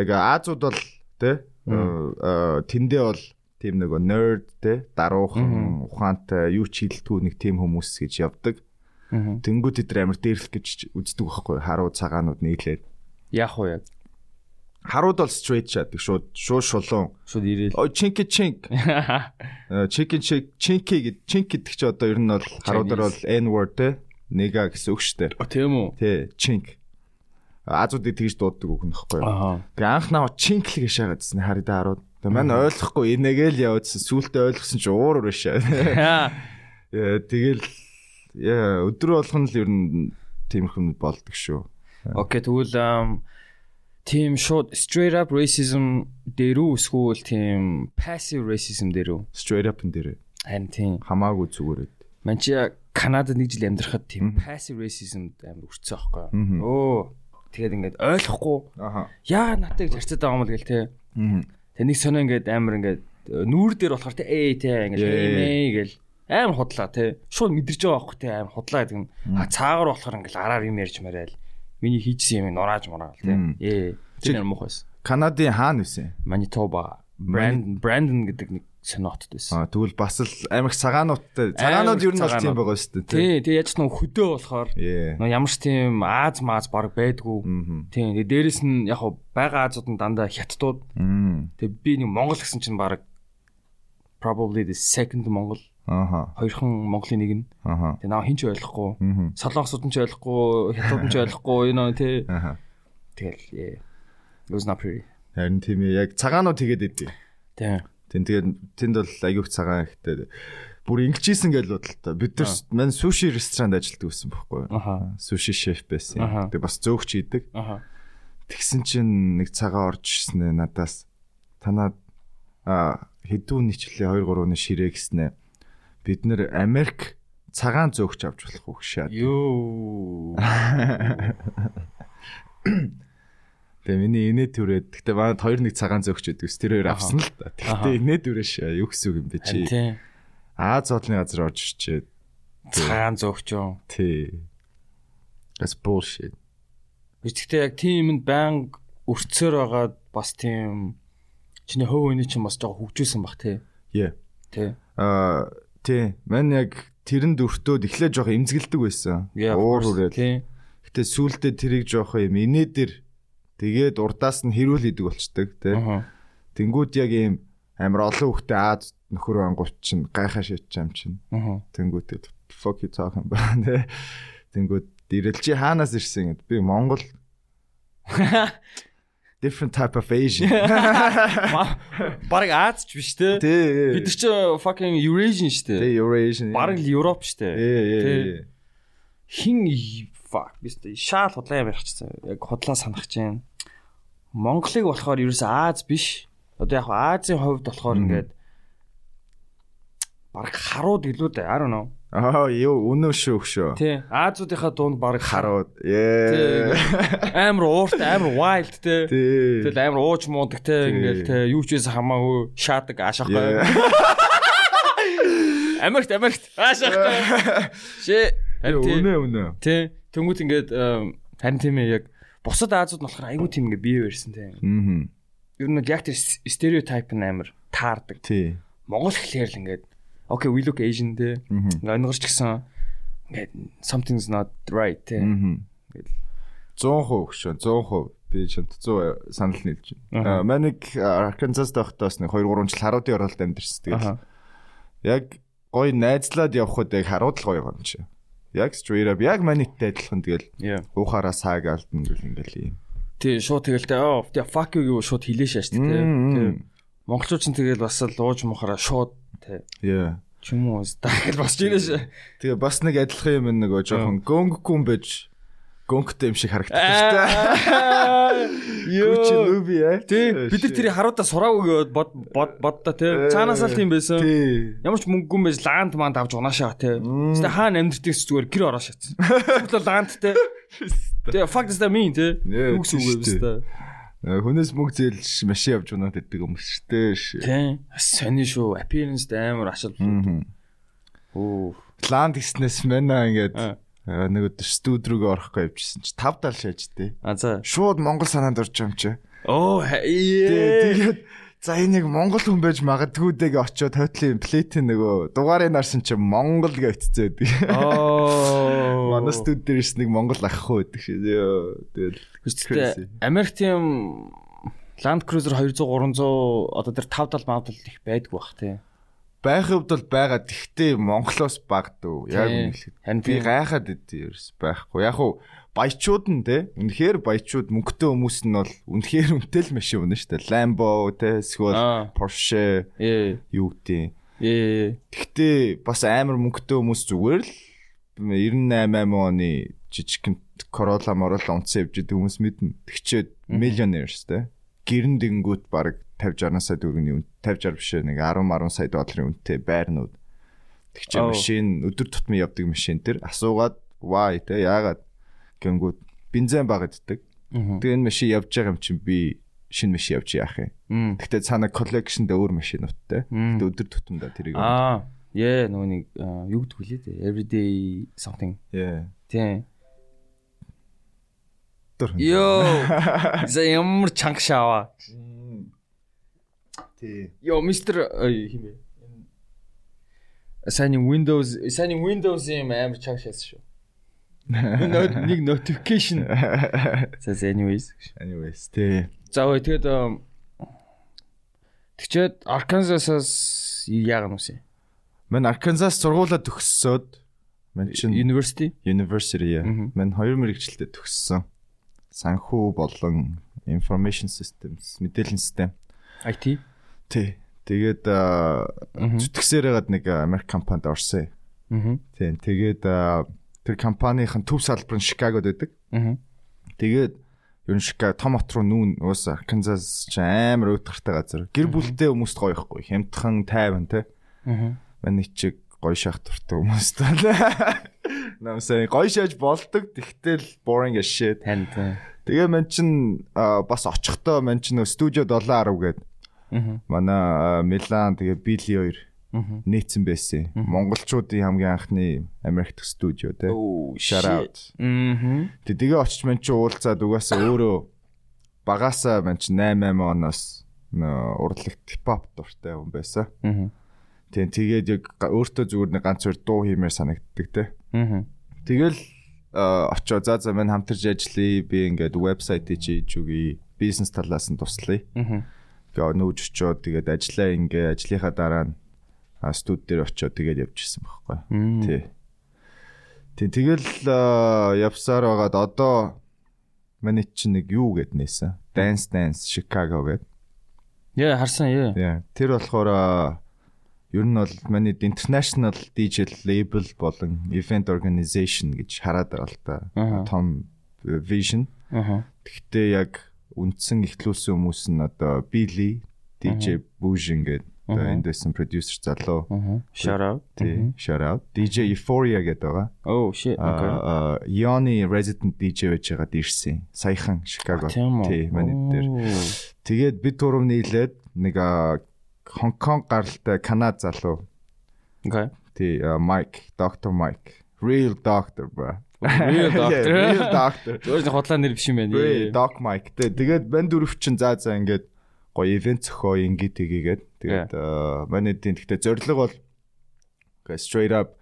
яг Азууд бол тэ э, э, тэндээ бол тийм нэг nerd тэ даруухан ухаантай юу ч хилдэггүй нэг тийм хүмүүс гэж явдаг. Мгм. Тэнгүүд тэд амар дээрлэх гэж үздэг байхгүй харуу цагаанууд нийлээд. Яах вэ яг? Харууд бол straight шатдаг шууд шууд шулуун. Шууд ирээл. Ой чинки чинк. *laughs* Э, Chicken chick чинки гэд чинк гэдэг чи одоо ер нь бол харуудаар бол n word тэ нэга гэсэн үг шүү дээ. О тийм үү? Тий, чинк. Азуудыг тэгж дууддаг үг нөхгүй. Аа. Тэгээ анх наваа чинк л гэж шаагаадсэн харидаа харууд. Тэгээ мань ойлгохгүй энэгээл яваадсан. Сүултээ ойлгосон чи уур ураа *laughs* *laughs* шаа. Яа, Тэгэл яа, өдөр болгон л ер нь тиймэрхэн болдог шүү. Окей тэгвэл ам, тийм шууд straight up racism дээрүү эсвэл тийм passive racism дээрүү? Straight up энэ дээр Харин тийм. хамаагүй зүгээрээ. Манчи Канадад нэг жил амьдрахад тийм Мгм. passive racism амар өрцөө байхгүй. Мгм. Оо. Тэгээд ингээд ойлгохгүй Аха. яа натаа гэж харцаад байгаа юм л гэл те. Тэ нэг сонио ингээд амар ингээд э, нүүр дээр болохоор те ээ те ингээд Ээ. эмээ гэл амар худлаа те. Шууд мэдэрч байгаа байхгүй те амар худлаа гэдэг нь. Ха цаагаар болохоор ингээд араар юм ярьж мараал. Миний хийжсэн юм нурааж мараал те. Мм. Ээ. Тэр юм уу хөөс. Канадын хаан үсэн. Manitoba. Мани- Brandon Brandon гэдэг нэг сониотд байсан. А тэгвэл бас л амиг цагаануудтай. Цагаанууд ер нь бол цагаанууд. тийм байгаа шүү дээ. Тий, тэгээ яаж ч нөө хөдөө болохоор Ээ. нөө ямар ч тийм ааз мааз баг байдгүй. Мм. Тийм. Тэгээ дээрэс нь яг хав байгаа азууд нь дандаа хятадууд. Мм. Тэгээ би нэг Монгол гэсэн чинь баг probably the second Монгол Аха. хоёрхан Монголын нэг нь. Аха. Тэгээ наа хинч ойлгохгүй. Мм. Солонгосууд нь ч ойлгохгүй, хятадууд нь ч ойлгохгүй, you know тий. Аха. Тэгэл yeah. it was not pretty. Харин тийм ээ. Яг цагаанууд тэгээд идэв. Тийм. Тэн тэгээд тэнд бол аюух цагаан ихтэй бүр инглижсэн гэж бодлоо. Бид нар мань суши ресторанд ажилладаг байсан байхгүй юу? Аха. Суши шеф байсан. Аха. Тэг бас зөөгч хийдэг. Аха. Тэгсэн чинь нэг цагаа орж ирсэн ээ надаас. Танаа а хэдүүн нийтлээ 2 3-ны ширээ гэснэ. Бид нэр Америк цагаан зөөгч авч болох уу гэшаа. Юу. Тэгээ миний инээд түрээд. Гэтэ манад 2 нэг цагаан зөөгч гэдэг. Тэр хоёр Аха. авсан л та. Аха. Тэгтээ инээд түрээш юу гэсэн үг юм бэ чи? Тийм. Аз хоолны газар орж ирчээ. Цагаан зөөгч юм. Тий. That's bullshit. Би гэхдээ яг тийм юмд баян өрцөөр байгаад бас тийм чиний хөв өний чинь бас жоохон хөгжүүлсэн бах тий. Yeah. Тий. Аа тий. Мань яг тэрэнд өртөөд эхлээд жоох эмзэгэлдэг байсан. Yeah, of Уур course. хүрээд. Тий. Гэтэ сүултээ тэрийг жоох юм инээдэр тэгээд урдаас нь хэрүүл идэг болчдөг тий. Аха. Тэнгүүд яг ийм амар олон хүнтэй Аз нөхөр ангууд чинь гайхаа шийдэж юм чинь. Аха. Тэнгүүд fuck you talking about *laughs* тий. Тэнгүүд ирэлжи хаанаас ирсэн гэд би *laughs* Монгол different type of Asian. *laughs* Бараг Аз ч биш те. Тий. Бид нар ч fucking Eurasian штэ. тий Eurasian. Бараг л Европ Э, штэ. Ээ ээ. Хин и- fuck биш те. Шаал худлаа юм ярьчихсан. Яг худлаа санах чинь. Монголыг болохоор ерөөс Аз биш. Одоо яг хаа Азийн хувьд болохоор Мгм. ингээд бараг харууд илүү дээ. I don't know. Аа ёо өнөө шүү шүү. Тий. Азуудынхаа дунд бараг харууд. Харууд. Ээ. Амар ууртай, амар wild те. Тий. Тэгэл амар ууж муудаг те Тий. ингээл те юу ч байсан хамаагүй шаадаг Yeah. ашаахгүй. Америкт Америкт ашаахгүй. Ши Ёо, тий. Өнөө өнөө. Тий. Тэнгүүт ингээд эм, харин тийм ээ яг бусад Азууд нь болохоор айгүй тийм ингээ бие барьсан тий. Аа. Ер нь яг тэр с- стереотип нь амар таардаг. Тий. Монгол хэлээр л ингээд okay we look asian тий. Аа. Өнгөрч гэсэн ингээд something's not right тий. Аа. 100% хөшөө 100% би чамд 100 санал нийлж Аха. байна. Аа, Манай нэг Arkansas тогтоос нэг 2 3 жил харуудын оролт амьдэрсэн. Тэгэл Аха. яг гой найзлаад явхад яг харууд л гоё юм чи. Яг straight up яг маниттай адилхан тэгэл Yeah. уухаараа сааг алдна гэл ингээл юм. Тий шууд тэгэлтэй оо тий, fuck you гэв шууд хилээш шааш тий. Тий. Монголчууд ч тэгэл бас л ууж мухараа шууд тий. Яа. Ч юм уу дахил босч ирэх шээ. Тэгээ бас нэг адилхан юм нэг жоохон гөнгкүм бэж гөнгтэй юм шиг *laughs* харагддаг. *laughs* Гүчи нүби яа. Тий бид нар тэрийг харуудаа сураагүй гэд бод бод боддоо тий. Цаанаас л тийм байсан. Тий. Ямар ч мөнгө юм байж лаанд манд авч унаашаа тий. Мм. Тэ хаана амьдртыг зүгээр гэр ороо шатсан. Тэгэл лаанд тий. Тий fuck does that mean тий. Нэ, Үгс үгүй биз тий, тий. дээ. Э, Хүнээс мөнгө зээлж машин явж унаад иддэг юм шттэ. Тий. Сони шүү. Appearance дэ амар ашиг. Оо. План гэснээс мэнэ ингээд А. э, нэг өдөр студ рүүгээ орохгүй явжсэн чи тав тал шаажтэй. А за. Шууд Монгол санаанд орж юм чи. Оо. Тий. Тэгээд за энэ яг Монгол хүн байж магадгүй дэг очиод хойтлын плейтийн нөгөө дугаарыг нарсан чи Монгол гэвтцээд. Оо. Манай студ дээрс нэг Монгол ах хөө гэдэг шээ. Йоо, Тэгэл Crazy. Гэхдээ Америкт юм Land Cruiser 200 300 одоо тэр 5 тал мавтал их байдаг бах тий. байх хувьд бол байгаа. Тэгтээ Монголоос багдв. Яг Тий. үнэ хэлэхэд. Харин Би тий. гайхаад идэв ерөөс байхгүй. Яг уу баячууд нь те үнэхээр баячууд мөнгөтэй хүмүүс нь бол үнэхээр үнэтэй л машин унаа штэ. Lambo те Аа. эсвэл Porsche Ээ юу гэдэг. ээ Тэгтээ бас амар мөнгөтэй хүмүүс зүгээр л 98 оны жижигхэн Corolla Morolla унтсан явж идэг хүмүүс мэднэ. Тэгчээд millionaires те. Гэрэн дэнгүүт баг 50 60 сая төгрөгийн үн 50 60 биш нэг 10 10 сая долларын үнэтэй байрнууд. Тэгчээ Оо. машин өдөр тутмын явдаг машин төр асуугаад why те яагаад гэнгүүт бензин багаддаг. Мгм. Тэгээ энэ машин явж байгаа юм чинь би шинэ машин явж яах юм. Мм. Тэгтээ цаана collection дээр өөр машинуудтай. Мм. Тэгтээ өдөр тутамдаа тэрийг. Аа яа нөгөө нэг аа, юу гэдэг вүлээ дээ everyday something Yeah. тий. *laughs* Дөрөв. Йоо. За ямар чанга шава. Тий. Йоо мистер ой, химээ. Сайн юм Windows сайн юм Windows юм амар чанга шаас шүү. Нэг not- Нэг notification. За за, anyways. Anyways, тий. За ой тэгэд эм, тэгчээд Arkansas-аас яг нь үсэ. Мэн Arkansas сургуулаа төгссөөд мэн чин University. university яа. Мгм. Мэн хоёр мэрэгчлэлтэй төгссөн. Санхүү болон information systems мэдээллийн систем. IT. Тий. Тэгээд зүтгэсээр гад нэг Америк компанид орсон. Аа. Тийм. Тэгээд аа, тэр компанийн төв салбар нь Чикагод байдаг. Аа. Тэгээд ер нь Чикаго том хот руу нүүн уус Арканзас ч амар өдгөртэй газар. Гэр бүлтэй хүмүүст гоё ихгүй. Хямдхан, тайван те. Аа. Манай чиг гоё шахах туртай *laughs* хүмүүстэй. Намсаа гоё шааж болдог. Тэгтэл boring as shit. Тань тань. Тэгээ мэн чин аа, бас очихдоо мэн чин нөө студио 710 гээд Аа. манай аа, Милан тэгээ Били хоёр Аа. нээсэн байсан. Монголчуудын хамгийн анхны Америкт студио те. Оо, Э, Shout out. Аа. Тэг тэгээ очиж мэн чи уулзаад угаасаа өөрөө багаасаа мэн чи 88 оноос нөө урлаг хипхоп дуртай хүн байсан. Аа. Тийм тэгээд яг га- өөртөө зүгээр нэг ганц хоёр дуу хиймээр санагддаг те. Аа. Тэгэл а, очоо за за минь хамтарч ажиллая. Би ингээд вебсайтыг хийж өгье. Бизнес талаас нь туслая. Аа. Тэгээ нүүж очоод тэгээд ажиллаа ингээ ажлынхаа дараа нь а, студ дээр очоод тэгээд явчихсан байхгүй. Мм. Тий. Тий тэгэл а, явсаар байгаад одоо манай чинь нэг юу гэд нээсэн. Dance Dance Chicago гэд. Яа, харсан яа. Тий. Тэр болохоор а, ер нь бол манай international DJ label болон event organization гэж хараад байгаа л Аха. та. Том э, vision. Аа. Гэхдээ яг үндсэн ихлүүлсэн хүмүүс нь одоо Billy, DJ Bujin гэдэг одоо энд байсан э, producer залуу. Аа. Shout out. Тий, shout out. DJ Euphoria гэдэг байгаа. Oh shit. Okay. Аа, аа, Yoni resident DJ байж байгаад ирсэн. Саяхан Chicago. Тийм үү? Тий, манай дээр. Оо. Тэгээд бид гурав нийлээд нэг аа, Hong Kong гаралтай Канад залуу. *laughs* Okay. Тий, аа, Mike, Dr. Mike. Real doctor бра. *laughs* Real doctor. Real *laughs* doctor. Зөвхөн хотлаа нэр биш юм байна. Бри Doc Mike те. Тэгээд банд дөрөв чин заа заа ингээд гоё ивент зөхөө ингээд хийгээд тэгээд аа, манай эдийн гэхдээ зорилго бол гэ- straight up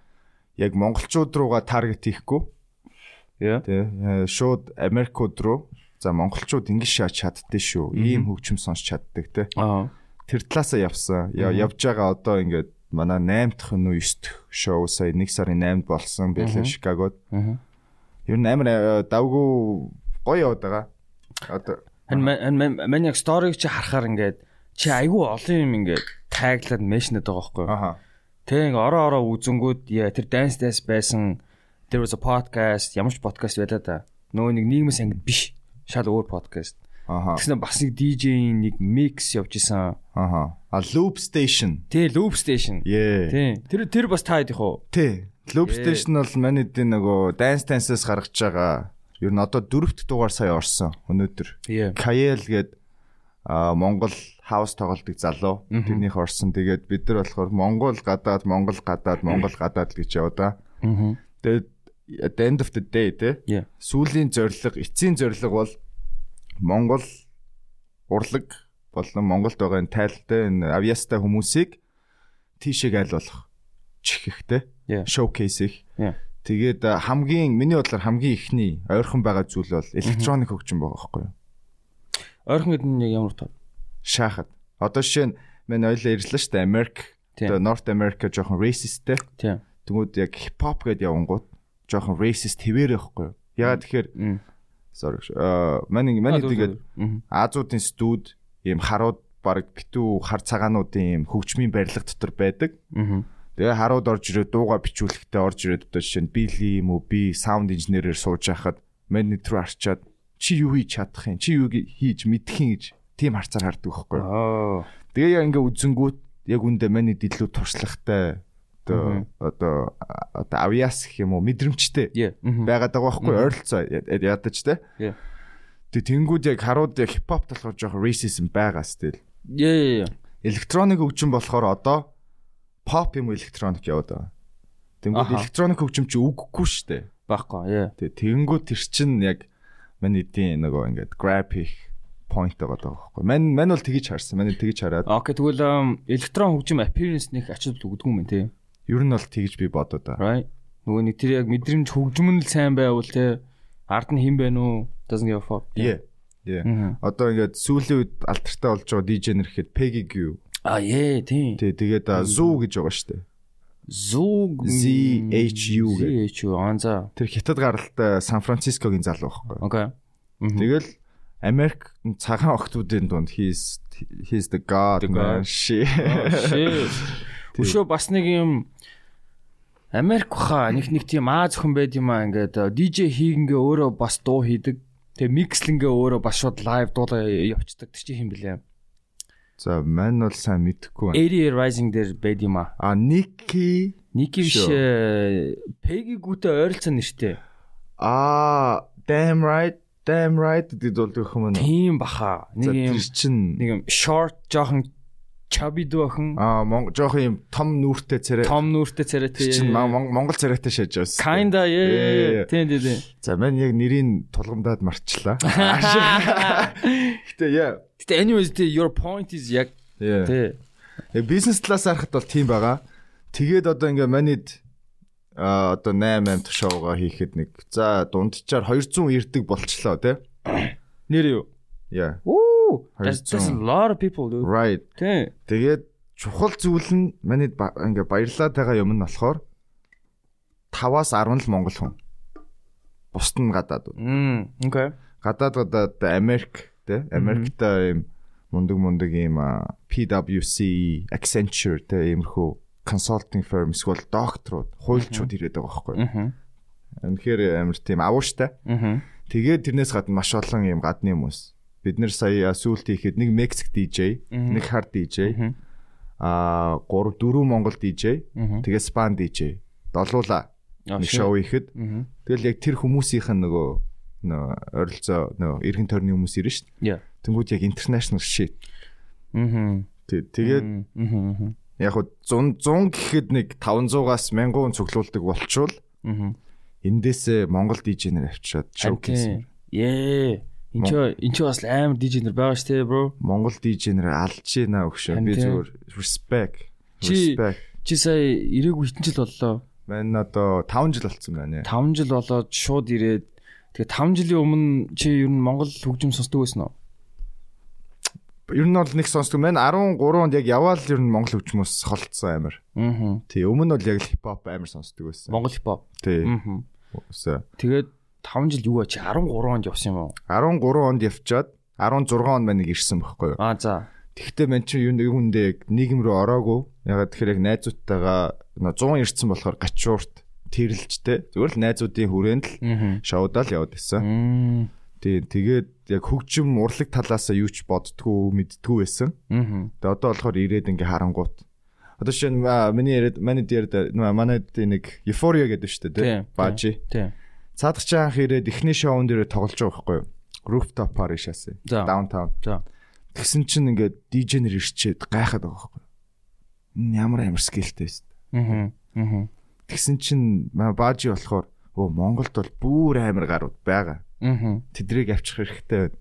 яг монголчууд руугаа таргет хийхгүй Яа. те. Э, Шууд Америкууд руу за монголчууд ингээд шаач чаддээ шүү. Ийм хөгжим сонсч чаддаг те. Аа. Тэр талаасаа явсан. Я- Явж байгаа одоо ингээд манай 8 дахь нөө 9 дахь шоу сая 1 сарын 8-нд болсон байлээ Чикагод. Аа. Ер нь амар э, давгүй гоё яваад байгаа. Одоо Хан мань яг сториг чи харахаар ингээд чи айгүй олон юм ингээд таглаад мэшнэд байгаа байхгүй юу? Аха. Тэг ингээ ороо ороо үзэнгүүд яа тэр dance dance байсан there was a podcast ямар ч podcast байлаа да. Нөө нэг нийгмийн сангид биш. Шал өөр podcast. Аха. Тэгснэ бас нэг DJ-ийн нэг mix явж исэн. Аха. А loop station. Тэ loop station. Тий. Тий. Тэр тэр бас таад их уу? Тий. Loop station бол манай эдийн нөгөө dance dance-аас гаргаж байгаа. Ер нь одоо дөрөвт дугаар сая орсон өнөөдөр. Яа. Kyle гээд а Монгол хаус тоглолтыг залуу тэрнийх орсон. Тэгээд бид нар болохоор Монгол гадаад, Монгол гадаад, Монгол гадаад л гэж яваа да. Аа. Тэгээд at the end of the day те Яа. сүүлийн зорилго, эцсийн зорилго бол Монгол урлаг болон Монголд байгаа энэ тайлтай энэ авьяастай хүмүүсийг тийшээ аль болох чихэхтэй Yeah. шоукейс их. Yeah. Тэгээд а, хамгийн миний бодлоор хамгийн ихний ойрхон байгаа зүйл бол электроник хөгжим байгаа байхгүй юу? Ойрхон гэдэг нь яг ямар утга? Шаахад. Одоо жишээ нь мань ойлоо ирлээ шүү дээ Америк. Тийм. Одоо North America жоохон racistтэй. Тий. Тэнгүүд яг хипхоп гэд явангууд жоохон racist хэвээр байхгүй юу? Ягаад тэгэхээр Мм. sorry. Аа манай манай тэгээд Мгм. Азуудын студ ийм харууд баг битүү хар цагаануудын ийм хөгжмийн барилга дотор байдаг. Мгм. Тэгээ харууд орж ирээд дууга бичүүлэхдээ орж ирээд одоо жишээ нь били юм уу би саунд инженерээр сууж байхад менежер рүү арчаад чи юу хийж чадах юм чи юу гэ- хийж мэдэх юм гэж тийм харцаар хардаг байхгүй юу. Аа. Тэгээ яа ингээ үзэнгүүт яг үндэ манайд илүү туршлагатай одоо одоо одоо авьяас гэх юм уу мэдрэмжтэй Яа. Мгм. байгаад байгаа байхгүй юу, ойролцоо я- я- ядаж те. Яа. Тэг тэнгууд яг харууд яг хипхоп болохоор жоохон racism байгаа стил. Яа. Электроник хөгжим болохоор одоо pop юм уу электроник яваад байгаа. Тэнгууд Аха. электроник хөгжим чи үггүй шүү дээ. Баггүй. Яа. Тэг тэнгууд тэр чин яг манай эдийн нөгөө ингээд grab хийх point байгаа байхгүй. Мань мань бол тгийж харсан. Манай тгийж хараад Окей тэгвэл эм, электрон хөгжим appearance-ных ач холбогдол өгдөг юм байна тий. ер нь бол тгийж би бодоо да. Right. Нөгөө нэг тэр яг мэдрэмж хөгжим нь л сайн байвал тий. Ард нь хэн бэ нү? Doesn't give a fuck. Yeah. Yeah. Мгм. Одоо ингээд сүүлийн үед алтартай болж байгаа DJ нэр гэхэд Peggy Gu. А яа тий. Тэг тэгээд а, Zoo гэж байгаа шүү дээ. Зүг ZHU гэдэг. ZHU анза. тэр хятад гаралтай Сан Францискогийн залуу байхгүй. Окей. Тэгэл Америк цагаан охтуудын дунд хийс he's the god The man god. shit. Oh, Shit. Өшөө бас нэг юм Америк хаа нэг нэг тийм аа зөвхөн байд юм аа ингээд DJ хийгээ өөрөө бас дуу хийдэг. Тэгээ микслингээ өөрөө бас шууд лайв дуулаа явцдаг. Тэр чинь хэм блэ? *laughs* За мань бол сайн мэдэхгүй байна. 80 Rising дээр байд юм аа. А Ники Ники биш Sure. э, Peggy гүтэ ойролцоо нэртэй. а damn right damn right гэдэг бол гэх юм уу? Тийм баха. За Нэг юм тэр чинь нэг юм short жоохон chubby дөхөн а мон- жоох юм том нүртэй царай том нүртэй тэр царайтай. чинь маа- мон- монгол царайтай шааж байсан. Kinda Yeah, yeah. yeah. Тийм тийм тийм. За мань яг нэрийг тулгамдаад марчлаа. Гэтэ яа. Гэтэ anyways тий, your point is яг Яа. тий. Яг бизнес талаас харахад бол тийм байгаа. Тэгээд одоо ингээ манид а одоо 8 8 тушаага хийхэд нэг за дунджаар 200 ирдэг болчлоо тий. Нэр юу? Яа. Оо, that's Харилцан. that's a lot of people dude. Right. Тий. Тэгээд чухал зүйл нь манид ба- ингээ баярлаад байгаа юм нь болохоор 5-аас 10 л монгол хүн. Бусд нь гадаад. Мм, окей. Гадаад гадаад Америк тий. Америкта ийм мундаг мундаг ийм а, PwC, Accenture тий иймэрхүү консалтинг фирм эсвэл докторууд, хуульчууд ирээд байгаа байхгүй юу? Мгм. Үнэхээр амар тийм авууштай. Мгм. Тэгээд тэрнээс гадна маш олон юм гадны хүмүүс. Бид нэр сая сүүлд хийхэд нэг Мексик DJ, Мгм. нэг хар DJ, Мгм. аа 3 4 Монгол DJ, Мгм. тэгээд Спан DJ. Долуула Аа, нэг Mm-hmm. Oh, shit. Mm-hmm. шоу хийхэд Мгм. тэгэл яг тэр хүмүүсийнх нь нөгөө нөө ойролцоо нөө эргэн тойрны хүмүүс ирнэ шүү дээ. Yeah. Тэнгүүд яг international shit. Мгм. Тэ- Тэгээд Мм, мгм, мгм. яг хуу 100 100 гэхэд нэг 500-аас 1000 хүн цуглуулдаг болчвол Мгм. эндээсээ Монгол DJ нар авчираад showcase Окей. Yeah. Энд энэ ч бас амар дижнер байгаа ш, тий, bro. Монгол дижнер алж гинэ өгшөө. Би Харин тийм. зүгээр respect. Чи- Respect. Чи сая ирээгүй хитэн жил боллоо. Мэн одоо 5 жил болсон байна. 5 жил болоод шууд ирээд тэгээ 5 жилийн өмнө чи ер нь Монгол хөгжим сонсдог байсан уу? Ер нь бол нэг сонсдог. Мэн 13 онд яг яваал ер нь Монгол хөгжмөс холцсон амир. Аа. Тий, өмнө бол яг л хип хоп амир сонсдог байсан. Монгол хипхоп. Тий. Аа. Өсөө. Тэгээд 5 жил юу вэ чи 13 онд явсан юм уу? 13 онд явчаад 16 он мань нэг ирсэн байхгүй юу. Аа за. Тэгвэл мэн чинь юу нэг хүндээ яг нийгэм рүү ороогүй. Ягаад тэгэхээр яг найзуудтайгаа нөө 100 ирсэн болохоор гачуурт тэрэлжтэй. Зүгээр л найзуудын хүрээнд л Аа. шоудаал яваад байсан. Мм. Тий, тэгээд яг хөгжим урлаг талаас нь юу ч боддггүй, мэддггүй байсан. Аа. Тэгээд одоо болохоор ирээд ингээ харангуут. Одоо шинэ миний яриад манай дээр манай дээр нэг Euphoria гэдэг нь шүү Тий, дээ, тий? Баажи. Тий. Цаадах чи анх ирээд эхний шоун дээр тоглож байгаа байхгүй юу? Rooftop Paris шасаа. За. Downtown. За. Тэгсэн чинь ингээ DJ нэр ирчээд гайхаад байгаа байхгүй юу? Энэ Ямар амар скиллтэй вэ? Аа. Аа. Тэгсэн чинь маа Баажи болохоор оо Монголд бол бүр амар гарууд байгаа. Аа. Тэдрийг авчих хэрэгтэй.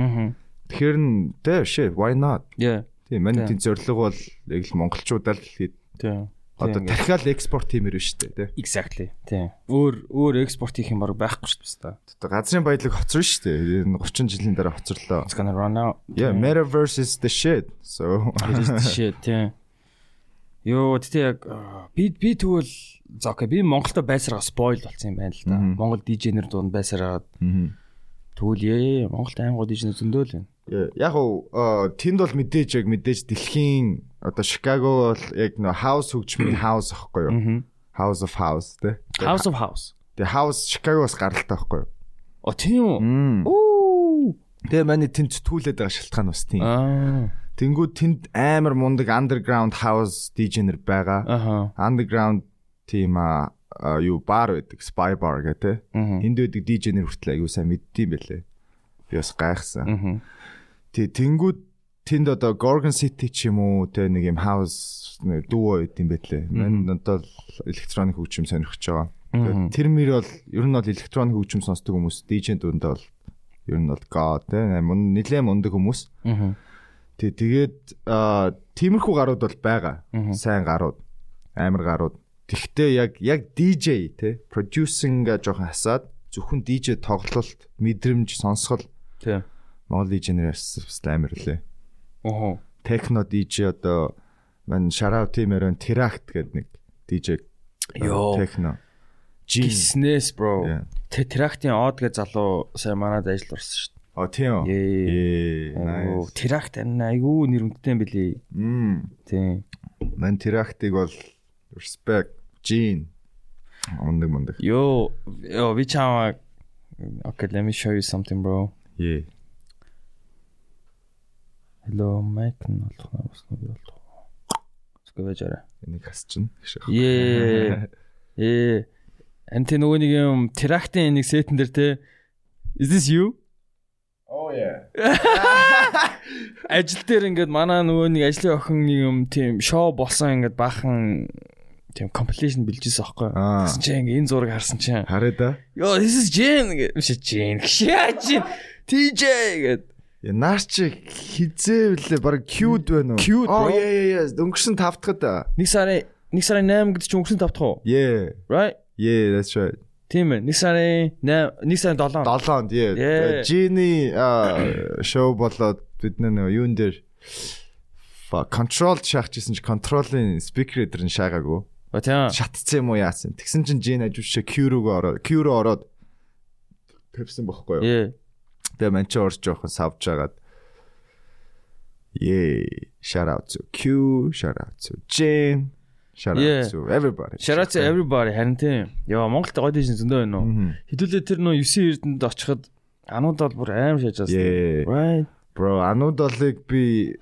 Аа. Тэгэхэр нь тий шээ why not? Яа. Тийм, манай Тийм. тийм зорилго бол яг л монголчуудаа л хэд- Тий. одоо тархиал экспорт хиймээр байна шүү дээ, тий. exactly. Тий. Өөр өөр экспорт хийх юм баг байхгүй шүү дээ. Одоо газрын баялаг хоцрон шүү дээ. Энэ 30 жилийн дараа хоцорлоо. It's gonna run out. Yeah, metaverse is the shit. So *laughs* Жишээ тий. Йоо тэгтээ яг аа, би би тэгвэл за окей би Монголда байсараа спойл болсон юм байна л да. Мгм. Монгол дижнер дунд байсараа Мгм. тэгвэл ээ Монголд аймгууд дижнер зөндөөл байна. Yeah, яг уу э, тэнд бол мэдээж яг мэдээж дэлхийн одоо Шикаго бол яг нөө house хөгжмийн house аахгүй юу? Аа. House of house тий. House of House. Тэгээ house Шикагоос гаралтай аахгүй юу? О тийм үү? Мм. Оо. Тэгээ манай тэнд сэтгүүлээд байгаа шалтгаан бас тийм. Аа. Тэнгүүд тэнд амар мундаг underground house DJ-нэр байгаа. Аха. underground team а а, юу бар байдаг spy bar гэдэг Мгм. энд байдаг DJ нэр хүртэл аягүй сайн мэддэм байлээ би бас гайхсан Мгм. тий тэнгүүд тэнд одоо Gorgon City ч юм уу те нэг юм house дүү байд юм байлээ манд одоо л электроник хөгжим сонирхож байгаа Мгм. Тэгээд тэр мөр бол ер нь бол электроник хөгжим сонсдог хүмүүс DJ дүндээ бол ер нь бол god те мун- нэлээд мундаг хүмүүс Мгм. Тий, тэгээд аа, тиймэрхүү гарууд бол байгаа. Сайн гарууд, амар гарууд. Тэгвэл яг яг DJ те, продюсинга жоохон хасаад зөвхөн DJ тоглолт, мэдрэмж, сонсгол Тий. Монгол DJ-нээс амар лээ. Оо. Техно DJ одоо мань шарав тиймэрэн теракт гэдэг нэг DJ Йоо. техно. Жин. Гиснес бро. Yeah. Тэ трактийн од гэж залуу сая манад ажил орсон шүү дээ. А тийм үү. Ээ. Айгу nice. теракт энэ айгу нэр хүндтэй юм билий. Мм. Тийм. Ман терактыг бол respect, gene ондаг мондаг. Yo, yo, we chama Okay, let me show you something, bro. Ээ. Hello, mic нь болох юм бас нэг болох. Сквэж ара. Энийг хасчихна. гэж яах. Ее. Ээ. Энд тэ Э, нөгөө нэг юм терактын нэг сетэн дээр те Is this you? *laughs* Oh yeah. Ажил дээр ингээд манай нөгөө нэг ажлын охин нэг юм тийм шоу болсон ингээд бахан тийм compilation билжсэн аахгүй. Аа. Тэгсэн чинь ингээд энэ зураг харсан чинь Хараа да. Yo, this is Jane гэдэг. Биш Jane. *laughs* Хшаа Jane. TJ гэдэг. Э, Наар чи хизээ вүлээ баг cute байна уу? Cute, Oh bro. yeah yeah yeah. Өнгөрсөн тавтахад. Нэг сарын нэг сарын 8 гэдэг чинь өнгөрсөн тавтах уу? Yeah. Right? Yeah, that's right. Тийм ээ. Нэг сарын 8, нэг сарын 7. 7-нд Yeah. yeah. Э, Genie шоу болоод бид нэг юун дээр Fuck, control шахажсэн чи control-ийн speaker дээр нь шаагаагүй. Ба тийм. Шатцсан юм уу яасан. Тэгсэн чинь Jane ажилч Q руугаа ороод Q руу ороод тавьсан бохгүй юу. Е. Тэгээ мань чи орж жоохон савж жагаад Yeah, shout out to Q, shout out to Jane, shout Yeah. out to everybody. Shout out to everybody харин тийм. Яа, Монголд гой дэжин зөндөө байна уу? Мгм. Хэдүүлээ тэр нөө 9 эрдэнд очиход анууд бол бүр аим шаажаас. Yeah. Right. Bro, анууд олыг би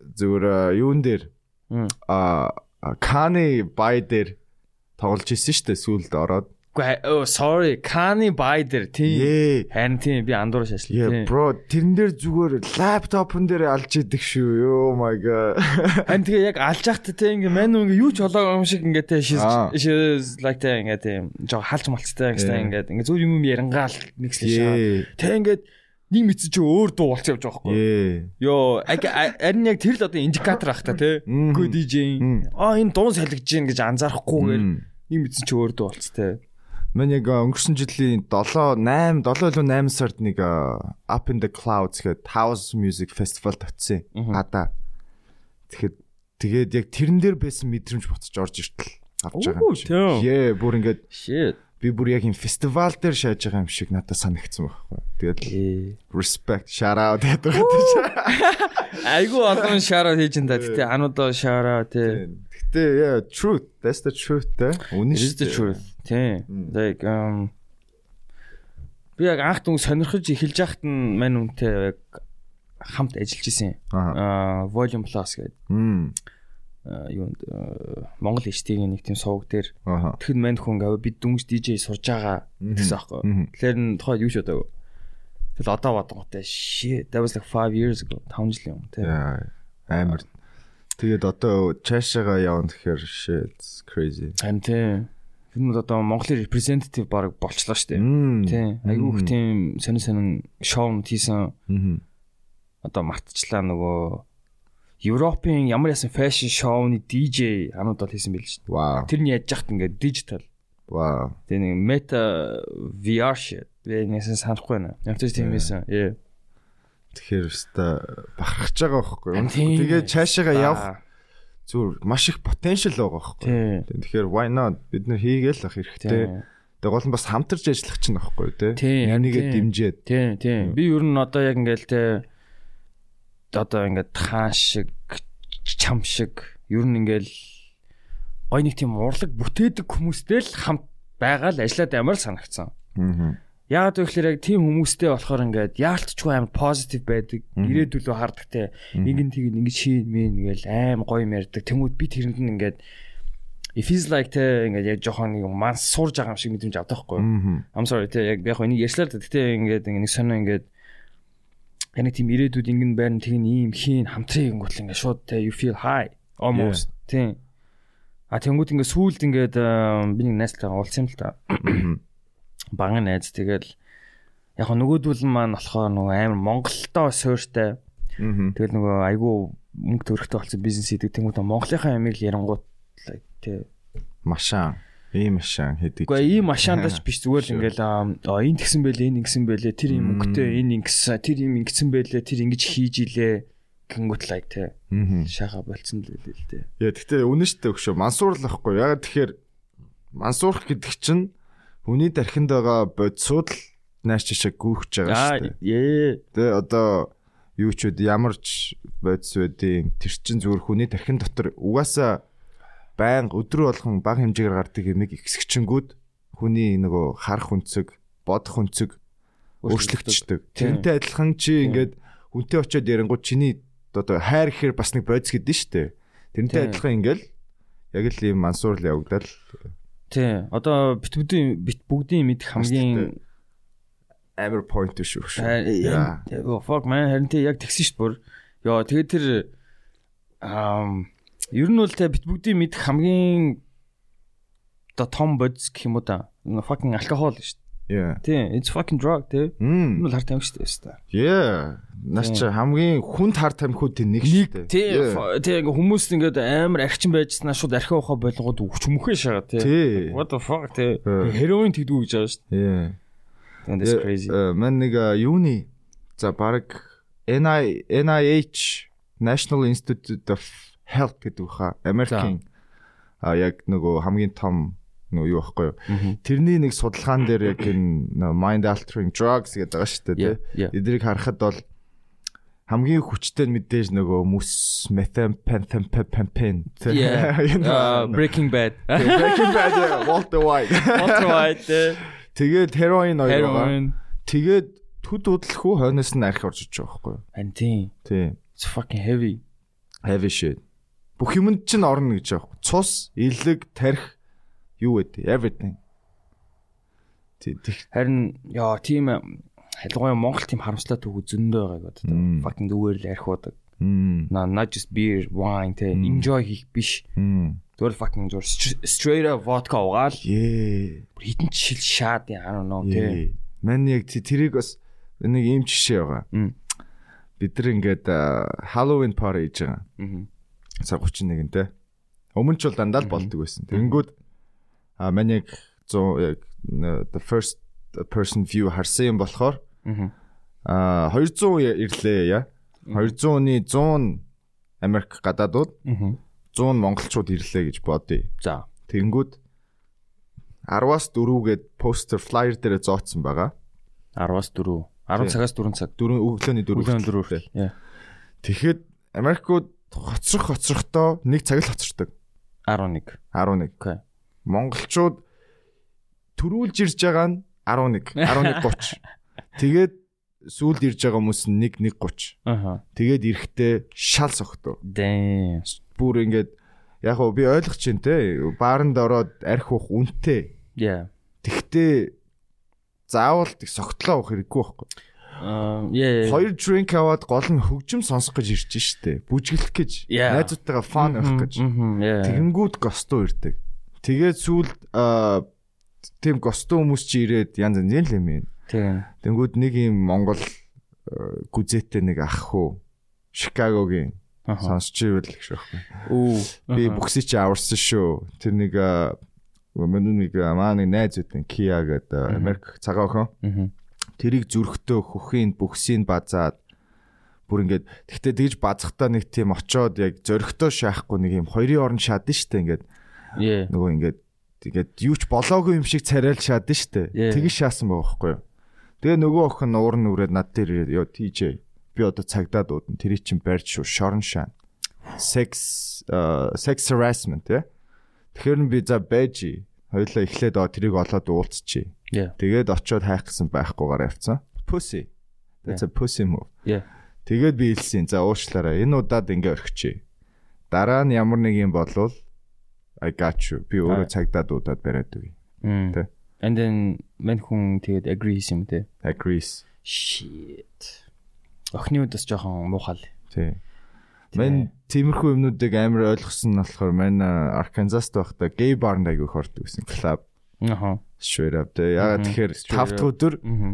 зүгээр э, юун дээр Мм. а а, Кани бай дээр тоглож исэн штэ сүүлд ороод. Гэ оо sorry. Кани Байдер тийм. Е. Харин тийм би андуураа Е шашлаа. тийм. бро тэрэн дээр зүгээр лаптопн дээр алж идэг шүү. Yo my god. Харин тэгээ яг алж ахт те ингээ мань ингээ юу ч холоо юм шиг ингээ те Аа. she's- she's like те ингээ тийм жоо халж малцтай гэсэн Е. ингээ ингээ зөв юм юм ярангаал нэгслээ шаа. Е. Тэ ингээд нэг мэдсэн чи өөр дуу болчих явж байгаа байхгүй. Е. Йоо, аги- а- харин яг тэр л одоо индикатор ах та тий. Мгм. Гүү дижей. Мм. Аа энэ дуун солигдож гин гэж анзаарахгүйгээр нэг мэдсэн чи өөр дуу болц тий. Мэн яг э, өнгөрсөн жилийн 7 8 7 илүү 8 сард нэг э, Up in the Clouds гэдэг House Music Festival татсан. Мгм. Гадаа. Тэгэхэд тэгээд яг тэрэн дээр байсан мэдрэмж буцаж орж иртэл авч байгаа Оо, юм тийм. шиг. Е бүр ингээд Shit. би бүр яг юм фестивал дээр шааж байгаа юм шиг надад санагдсан байхгүй. Тэгээд Айгу respect shout out гэдэг чинь. олон шараа хийж энэ та тий. Анудаа шараа тий. Гэтэ yeah truth that's the truth те. Үнэн Is the truth. Тий. Мм. Like um Би яг анх дүн сонирхож эхэлж яхад нь мань үнтэй яг хамт ажиллаж исэн. Аа. Аа, Volume Plus гэдэг Мм. аа, юунд аа, Монгол HT-ийн нэг тийм суваг дээр Аха. Тэгэхэд мань хүн гав бид дүнж DJ сурж байгаа гэсэн аахгүй. Мгм. Тэгэхээр н тухайд юу ч удаагүй. Тэгэл одоо бодготой shit that was like 5 years ago 5 жил юм тий. Yeah, Амар. Тэгээд одоо чаашаага явна гэхээр shit it's crazy. Харин тий. Хүмүүс одоо Монголын representative баг болчлоо штэ. Мм. Тий. Айгүйх тийм сонир сонин шоунууд хийсэн Мм. одоо мартчлаа нөгөө Европын ямар ясан fashion show-ны DJ анууд бол хийсэн байл шүү дээ. Wow. Тэр нь яаж яхад ингээд digital Wow. тэгээ нэг meta VR shit би нэсэн санахгүй байна. Ямар ч тийм байсан. Yeah. Тэгэхээр өста бахархаж байгаа байхгүй юу? Тийм. Тэгээд чаашаага явах Аа, зүгээр маш их potential байгаа байхгүй юу? Тий. Тэгэхээр why not бид нэр хийгээл ах хэрэгтэй. Тий. Тэгээ гол нь бас хамтарч ажиллах чинь аахгүй юу те. Тийм, Нэгээ тийм. дэмжиэд. Тий, тий. Би ер нь одоо яг ингээл те одоо ингээд хаан шиг чам шиг ер нь ингээл ой нэг тийм урлаг бүтээдэг хүмүүстэй л хамт байгаа л ажиллаад амар санагцсан. Аа. Яагаад вэ гэхээр яг тийм хүмүүстэй болохоор ингээд яалтчгүй амар позитив байдаг. Ирээдүлөө хардаг те. Ингэн тийг ингэж шийн мэн ингээл аим гоё юм ярьдаг. Тэнгүүд би тэрэнд нь ингээд If he's like те ингээд яг жоохон нэг маань сурж байгаа юм шиг мэдрэмж авдаг байхгүй юу? Аа. I'm sorry тий яг яг энийг ярьслаа л да. Гэтэ ингээд ингээд нэг сонио ингээд яг нэг тийм ирээдүйд ингэн байна тэгин ийм хийн хамтрын ингүүтэл ингээд шууд тий you feel high almost тий. А тэнгууд ингээд сүулт ингээд аа, би нэг найзтайгаа уулзсан юм л да. Багын найз тэгэл яг хөө нөгөөдүүл нь маань болохоор нөгөө амар Монголтоо суйртай. Тэгэл нөгөө айгүй мөнгө төрөхтэй болсон бизнес хийдэг тэнгууд Монголынхаа ямиг л ярангууд like, тий Машаан. Ийм машаан хэдэг. Гэхдээ ийм машаандаач биш зүгээр л ингээл аа оо, энэ гисэн байлээ энэ гисэн байлээ тэр юм өнгөтэй энэ ингэсэн тэр юм ингэсэн байлээ тэр ингэж хийж илээ гингүүт лайк те Аа. шаха болцсон л байлээ л те Яа тэгтээ үнэн шттэ өгшөө. Мансуур л ахгүй. Ягаад тэгэхээр мансуурх гэдэг чинь хүний дархинд байгаа бодисууд л нааш чашаа гүүхж байгаа Аа шүү дээ. ээ. Тэ одоо юучуд ямарч бодис үдийн тэр чин зүгээр хүний тархин дотор угаасаа байнга өдрө болгон баг хэмжээгээр гардаг юмэг ихсгчэнгүүд хүний нөгөө харах өнцөг, бодох өнцөг өөрчлөгдчихдөг. Тийм. Тэрнтэй адилхан чи ингээд хүнтэй очиод ярингууд чиний одоо хайр гэхэр бас нэг бодис гэдэг нь шүү дээ. Тэрнтэй Тийм. адилхан ингээл яг л ийм мансуур л явагдал Тий. Одоо бит бүдийн бит бүгдийн мэд хамгийн амар point шүү Аа, шүү. Яа. яа. Оо, fuck man харин тий яг тэгсэн шүү дээ бүр. Йоо тэгээ тэр ам ер нь бол тэ бит бүгдийн мэд хамгийн одоо том бодис гэх юм уу та. Fucking алкогол шүү Яа. дээ. Тий. It's fucking drug тий. Энэ Мм. бол хар тамиг шүү дээ яста. Yeah. Нас чи хамгийн хүнд хар тамхиуд тэр нэг шүү дээ. Тий, Yeah. фо- тий ингээ хүмүүс ингээд амар арчин байжснаа шууд архи ухаа болгоод өвч мөхөө шагаа тий. Тий. What the fuck тий. Э. Heroin тэгдүү гэж байгаа шүү Yeah. дээ. That's crazy. Э, Мэн нэг э, юуны за баг NI NIH National Institute of Health гэдэг баха Америкийн а яг нөгөө хамгийн том нөгөө юу байхгүй юу. Мгм. Тэрний нэг судалгаан дээр яг энэ нөгөө mind altering drugs гэдэг байгаа шүү дээ. Yeah, тий. yeah. Эдрийг харахад бол хамгийн хүчтэй нь мэдээж нөгөө мөс methamphetamine. *laughs* Э. Yeah. Uh, Breaking Bad. Breaking Bad yeah, Walter White. Walter *laughs* White. тий. Тэгээд heroin хоёр байгаа. Heroin. Тэгээд төд удалхгүй хойноос нь арх орж иж байгаа байхгүй юу? Антин. Тий. It's fucking heavy. Heavy shit. Бүх юмд чинь орно гэж байгаа. байхгүй юу? Цус, илэг, тарих юу гэдэг everything. Тий. тэг- Харин яа тийм ялангуяа Монгол тийм харамслаа төв зөндөө байгааг одоо Мм. fucking зүгээр л архиудаг. Мм. На not just beer, wine те enjoy хийх биш. Мм. Зүгээр fucking зүгээр str- straight up vodka угаал Yeah. бүр хитэн шил шаад I don't know те. Yeah. Манай яг тий- тэрийг бас нэг ийм жишээ байгаа. Мм. Бид нар ингээд а, Halloween party хийж байгаа. Мгм. цаг 31-нд те. Өмнө ч бол дандаа л болдог байсан. Тэнгүүд а манай яг 100 яг нэ, the first person view харсан юм болохоор Мгм. а 200 ирлээ я. 200-ны 100 нь Америк гадаадууд, Мгм. 100 нь монголчууд ирлээ гэж бодъё. За. Тэнгүүд 10-аас 4 гээд poster flyer дээр зооцсон байгаа. 10-аас 4. 10 цагаас 4 цаг. 4 өглөөний 4 Өглөө 4 хүртэл. Яа. Тэгэхэд Америкууд хоцрох хоцрохдоо нэг цаг л хоцордог. 11. 11. Окей. монголчууд төрүүлж ирж байгаа нь 11 11:30. Тэгээд сүүлд ирж байгаа хүмүүс нь 1 1:30. Аха. Тэгээд эрэхтэй шал согтуу. Damn. Бүр ингээд яг хөө би ойлгож чинь те бааранд ороод арх уух үнтэй. Yeah. Тэгтээ заавал тэг согтлоо уух хэрэггүй байхгүй. Аа, yeah. yeah. Хоёр drink аваад гол нь хөгжим сонсох гэж ирж штэ. Бүжгэлэх гэж. Yeah. Найзуудтайгаа fun Мгм, авах гэж. мгм, Yeah. Тэгэнгүүт гостуу ирдэг. Тэгээд сүүлд аа, тийм гостуу хүмүүс чи ирээд янз янз л юм юм. Тийм. Тэнгүүд нэг юм Монгол аа, гүзээтэй нэг ах хөө Шикагогийн Аха. сонсч ивэл л гэж байна. Оо. Би бүксий чи аварсан шүү. Тэр нэг аа, өмнө нэг аа, маань найз үтэн Kia гэдэг Америк цагаан охин. Мгм. Тэрийг зүрхтөө хөхийг бүксийг базаад бүр ингээд тэгтээ тэгж базахтаа нэг тийм очоод яг зөрөгтөө шаахгүй нэг юм хоёрын орон шаадсан шүү дээ ингээд Yeah. нөгөө ингээд тэгээд юу ч болоогүй юм шиг царай л шаад нь штэ. Yeah. Тэгэж шаасан байгаа байхгүй юу. Тэгээ нөгөө охин уурн үрээд над дээр ирээд ёо тийж би одоо цагдаа дуудана. Тэр чинь барьж шүү шорон шаан. Sex uh, sex harassment те. Тэгэхээр нь би за байж хоёлаа эхлээд оо тэрийг олоод уулзчи. Yeah. Тэгээд очиод хайх гэсэн байхгүйгээр явцсан. Pussy. That's a pussy move. Yeah. Тэгээд би хэлсэн. За уушлаарай. Энэ удаад ингээ орхичээ. Дараа нь ямар нэг юм болвол I got you. Би өөрөө цагдаа дуудаад бариад өгье. Мм. Тэ. And then мен хүн тэгээд agree хийсэн юм те. Agrees. Shit. Охны үдээс жоохон муухай. л. Тий. Мэн тиймэрхүү юмнуудыг амар ойлгосон нь болохоор манай Arkansas-д байхдаа gay bar-нд аягүйх ордог гэсэн club Аха. straight up дээ. Яагаад тэгэхээр straight тав дахь өдөр Мгм.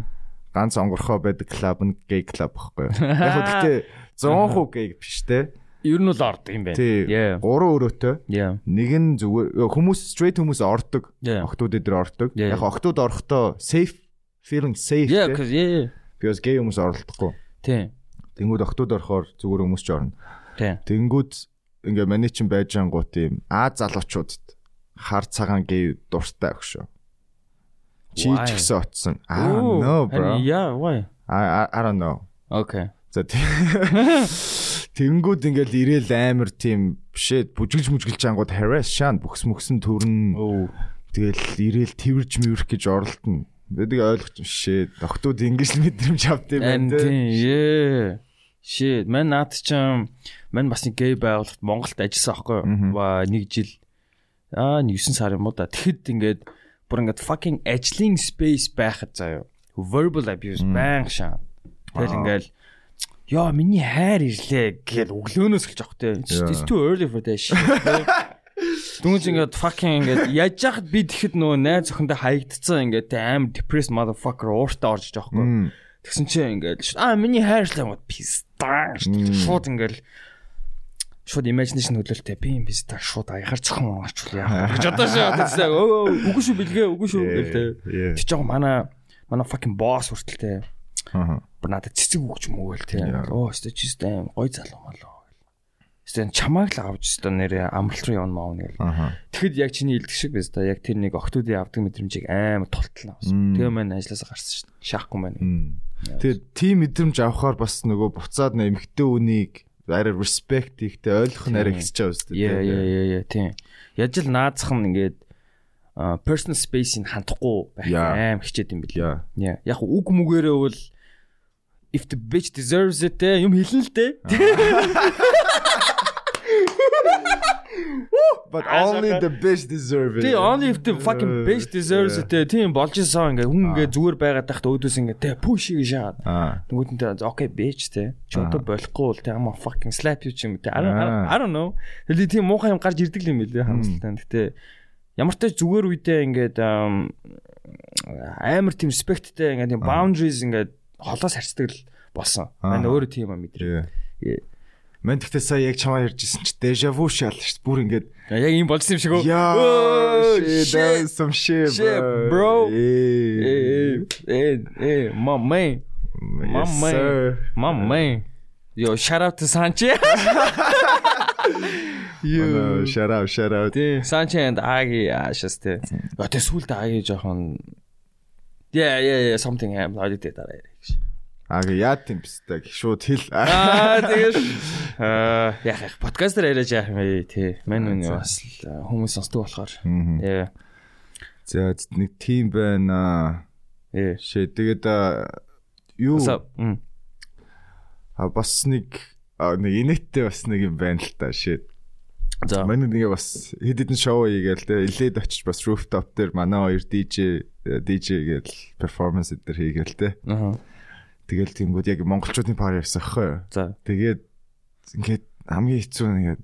ганц онгорхоо байдаг club нь gay club *laughs* байхгүй юу? Яг хөө гэхдээ 100% gay биш те. Ер нь бол ордог юм байна. Тий. Yeah. Гурван өрөөтэй. Yeah. Нэг нь зүгээр хүмүүс straight хүмүүс ордог. Yeah. Охтууд эдэр ордог. Yeah. Яг октод орохдоо safe feeling safe. Yeah, те. cuz yeah. Because gay хүмүүс оролдохгүй. Тийм. Тэнгүүд октод орохоор зүгээр хүмүүс ч орно. Тийм. Тэнгүүд ингээ маний чин байж ангуут юм. Аа залуучуудад хар цагаан гей дуртай өгшөө. Чи ч Why? гэсэн отсон. I don't know Ah, bro. And yeah, why? I I- I don't know. Okay. За *laughs* тэнгүүд ингээл ирээл амар тийм бишээ бүжгэлж мүжгэлж ангууд harass шаан бүхс мөхсөн төрн Оо. тэгэл ирээл тэрж мөрөх гэж оролдоно. Тэдэг ойлгоч бишээ. Охтууд ингэж л мэдрэмж авдığım Эм байна те. тийм yeah. Shit, мэн наад чинь мэн бас нэг гей байгуулалт Монголд ажилласан аахгүй юу? Мгм. Ба нэг жил аа 9 сар юм уу да. Тэгэхэд ингээд бүр ингээд fucking ажлын space байхад заяа. Verbal abuse баян шаа. Тэгэл Аа. ингээд Яа миний хайр ирлээ гэхэл өглөөнөөс эхэлж авах те. It's Yeah. it's too early for that shit. *laughs* Дүнч ингээд fucking ингээд яаж яхад би тэгэхэд нөгөө найз охиндоо хаягдцсан ингээд тэ aim depressed motherfucker ууртаа орж иж аахгүй юу? Мм. Тэгсэн чинь ингээд шууд, аа миний хайрлаа юм уу пизда Мм. шууд ингээд шууд imagination хөлөөлтэй би юм пизда шууд аяхаар цохон аач уу яа гэж одоо шаардсан өө үгүй шүү бэлгээ үгүй шүү Yeah, гэлтэй yeah. чи жоо манай манай fucking boss хүртэлтэй Аха. бүр надад цэцэг өгч юм уу гэлтэй Yeah. оо өстө чи өстө аим гой залуу малуу Стэн чамааг л авч өстө нэрээ амралт руу явна маа гэл. Аха. Тэгэхэд яг чиний илдэг шиг биз да. Яг тэр нэг охтуудын авдаг мэдрэмжийг аймаа тултал Мм. авсан. Тэгээ мэн ажилласаа гарсан шүү дээ. Шаахгүй мэн. Мм. Тэгээд тийм мэдрэмж авахаар бас нөгөө буцаад нэ эмгтэн үнийг арай respect ихтэй ойлгох нь арай Тийм. хэсэж байгаа үстэй. Яа яа яа яа тийм. Яаж л наазах нь ингээд а, personal space-ийг хандахгүй байх Яа. аим хичээд юм бэлээ. Яа. Яа. Яг үг мүгээрээ бол if the bitch deserves it те юм хэлнэ л те. But Аа, only шалтгаан. the best deserve it. Тэ only if the fucking bitch deserves it те тийм болж исэн ингээд хүн ингээд зүгээр байгаад тахт өөдөөс ингээд те push хийж шаагаад. Аа. Тэнгүүтэнтэй окей bitch те. Чи одоо болохгүй л те ама fucking slap you ч юм те. I don't- I don't- I don't know. Тэли тийм муухай юм гарч ирдэг л юм билээ хамсалтай. Гэтэ ямар ч тач зүгээр үедээ ингээд ам, амар тийм респекттэй ингээд тийм boundaries ингээд холоос харцдаг л болсон. Аа. Мань өөрөө тийм юм мэдрээ. Yeah. Yeah. Мэн тэгтээ сая яг чамаа ярьжсэн чи déjà vu шал шүү дээ. Бүр ингээд Яг юм болсон юм шиг үү? Яа, Өө, shit, that is some shit, Shit, bro. Э Hey. э э мамэ мамэ мамэ Yo shout out to *laughs* Sanche. You shout out, shout out. Тий. Санче and Аги аашас тий. А тий сүулт Аги жоохон Yeah yeah yeah something happened. I did that. Аа, яа тийм бистэ. Шууд хэл. Аа *laughs* тэгэж аа яах яах подкастер яриач яах юм бэ тий. Мэн үний бас л, аа, хүмүүс сонсдог болохоор. Мгм. Яа. За нэг team байна. Яа. Shit, тэгээд аа, юу What's up? Мм. А бас нэг аа, нэг инээдтэй бас нэг юм байна л та. Shit. За. Манай нэгэ бас хэд хэдэн шоу хийгээл те илээд очиж бас rooftop дээр манай хоёр DJ э, DJ гээл performance дээр хийгээл те. Аа. Тэгэл тэнгууд яг монголчуудын пар ярьсан аахгүй юу. За. Тэгээд ингээд хамгийн хэцүү нь ингээд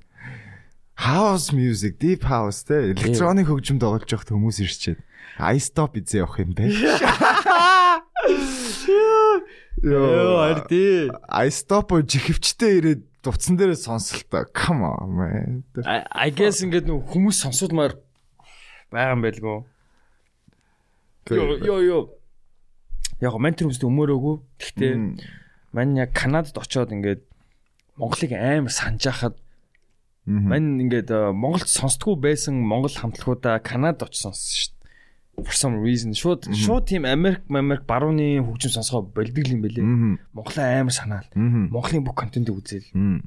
house music, deep house те электроник хөгжим тоглож явахт хүмүүс ирчээд I stop эзээ явах юм бэ. Йоо, арди. I stop жихвчтэй ирээд дуцсан дээрээ сонсолтой. Come on man. I I guess ингээд нөх хүмүүс сонсоодмаар байгаа юм байлгүй. Йо йо йо. Яг мань тэр хүмүүст өмөрөөгүй. Гэхдээ Мм. мань яг Канадад очоод ингээд Монголыг амар санаж хахад Мгм. мань ингээд э, Монголд сонсдгүй байсан монгол хамтлагуудаа Канадад очсон шүү дээ. For some reason шууд шууд тийм Америк Америк барууны хөгжим сонсгоо болдог юм бэлээ. Мгм. Монголын амар санаал. Мгм. Монголын бүх контентыг үзэл. Мм.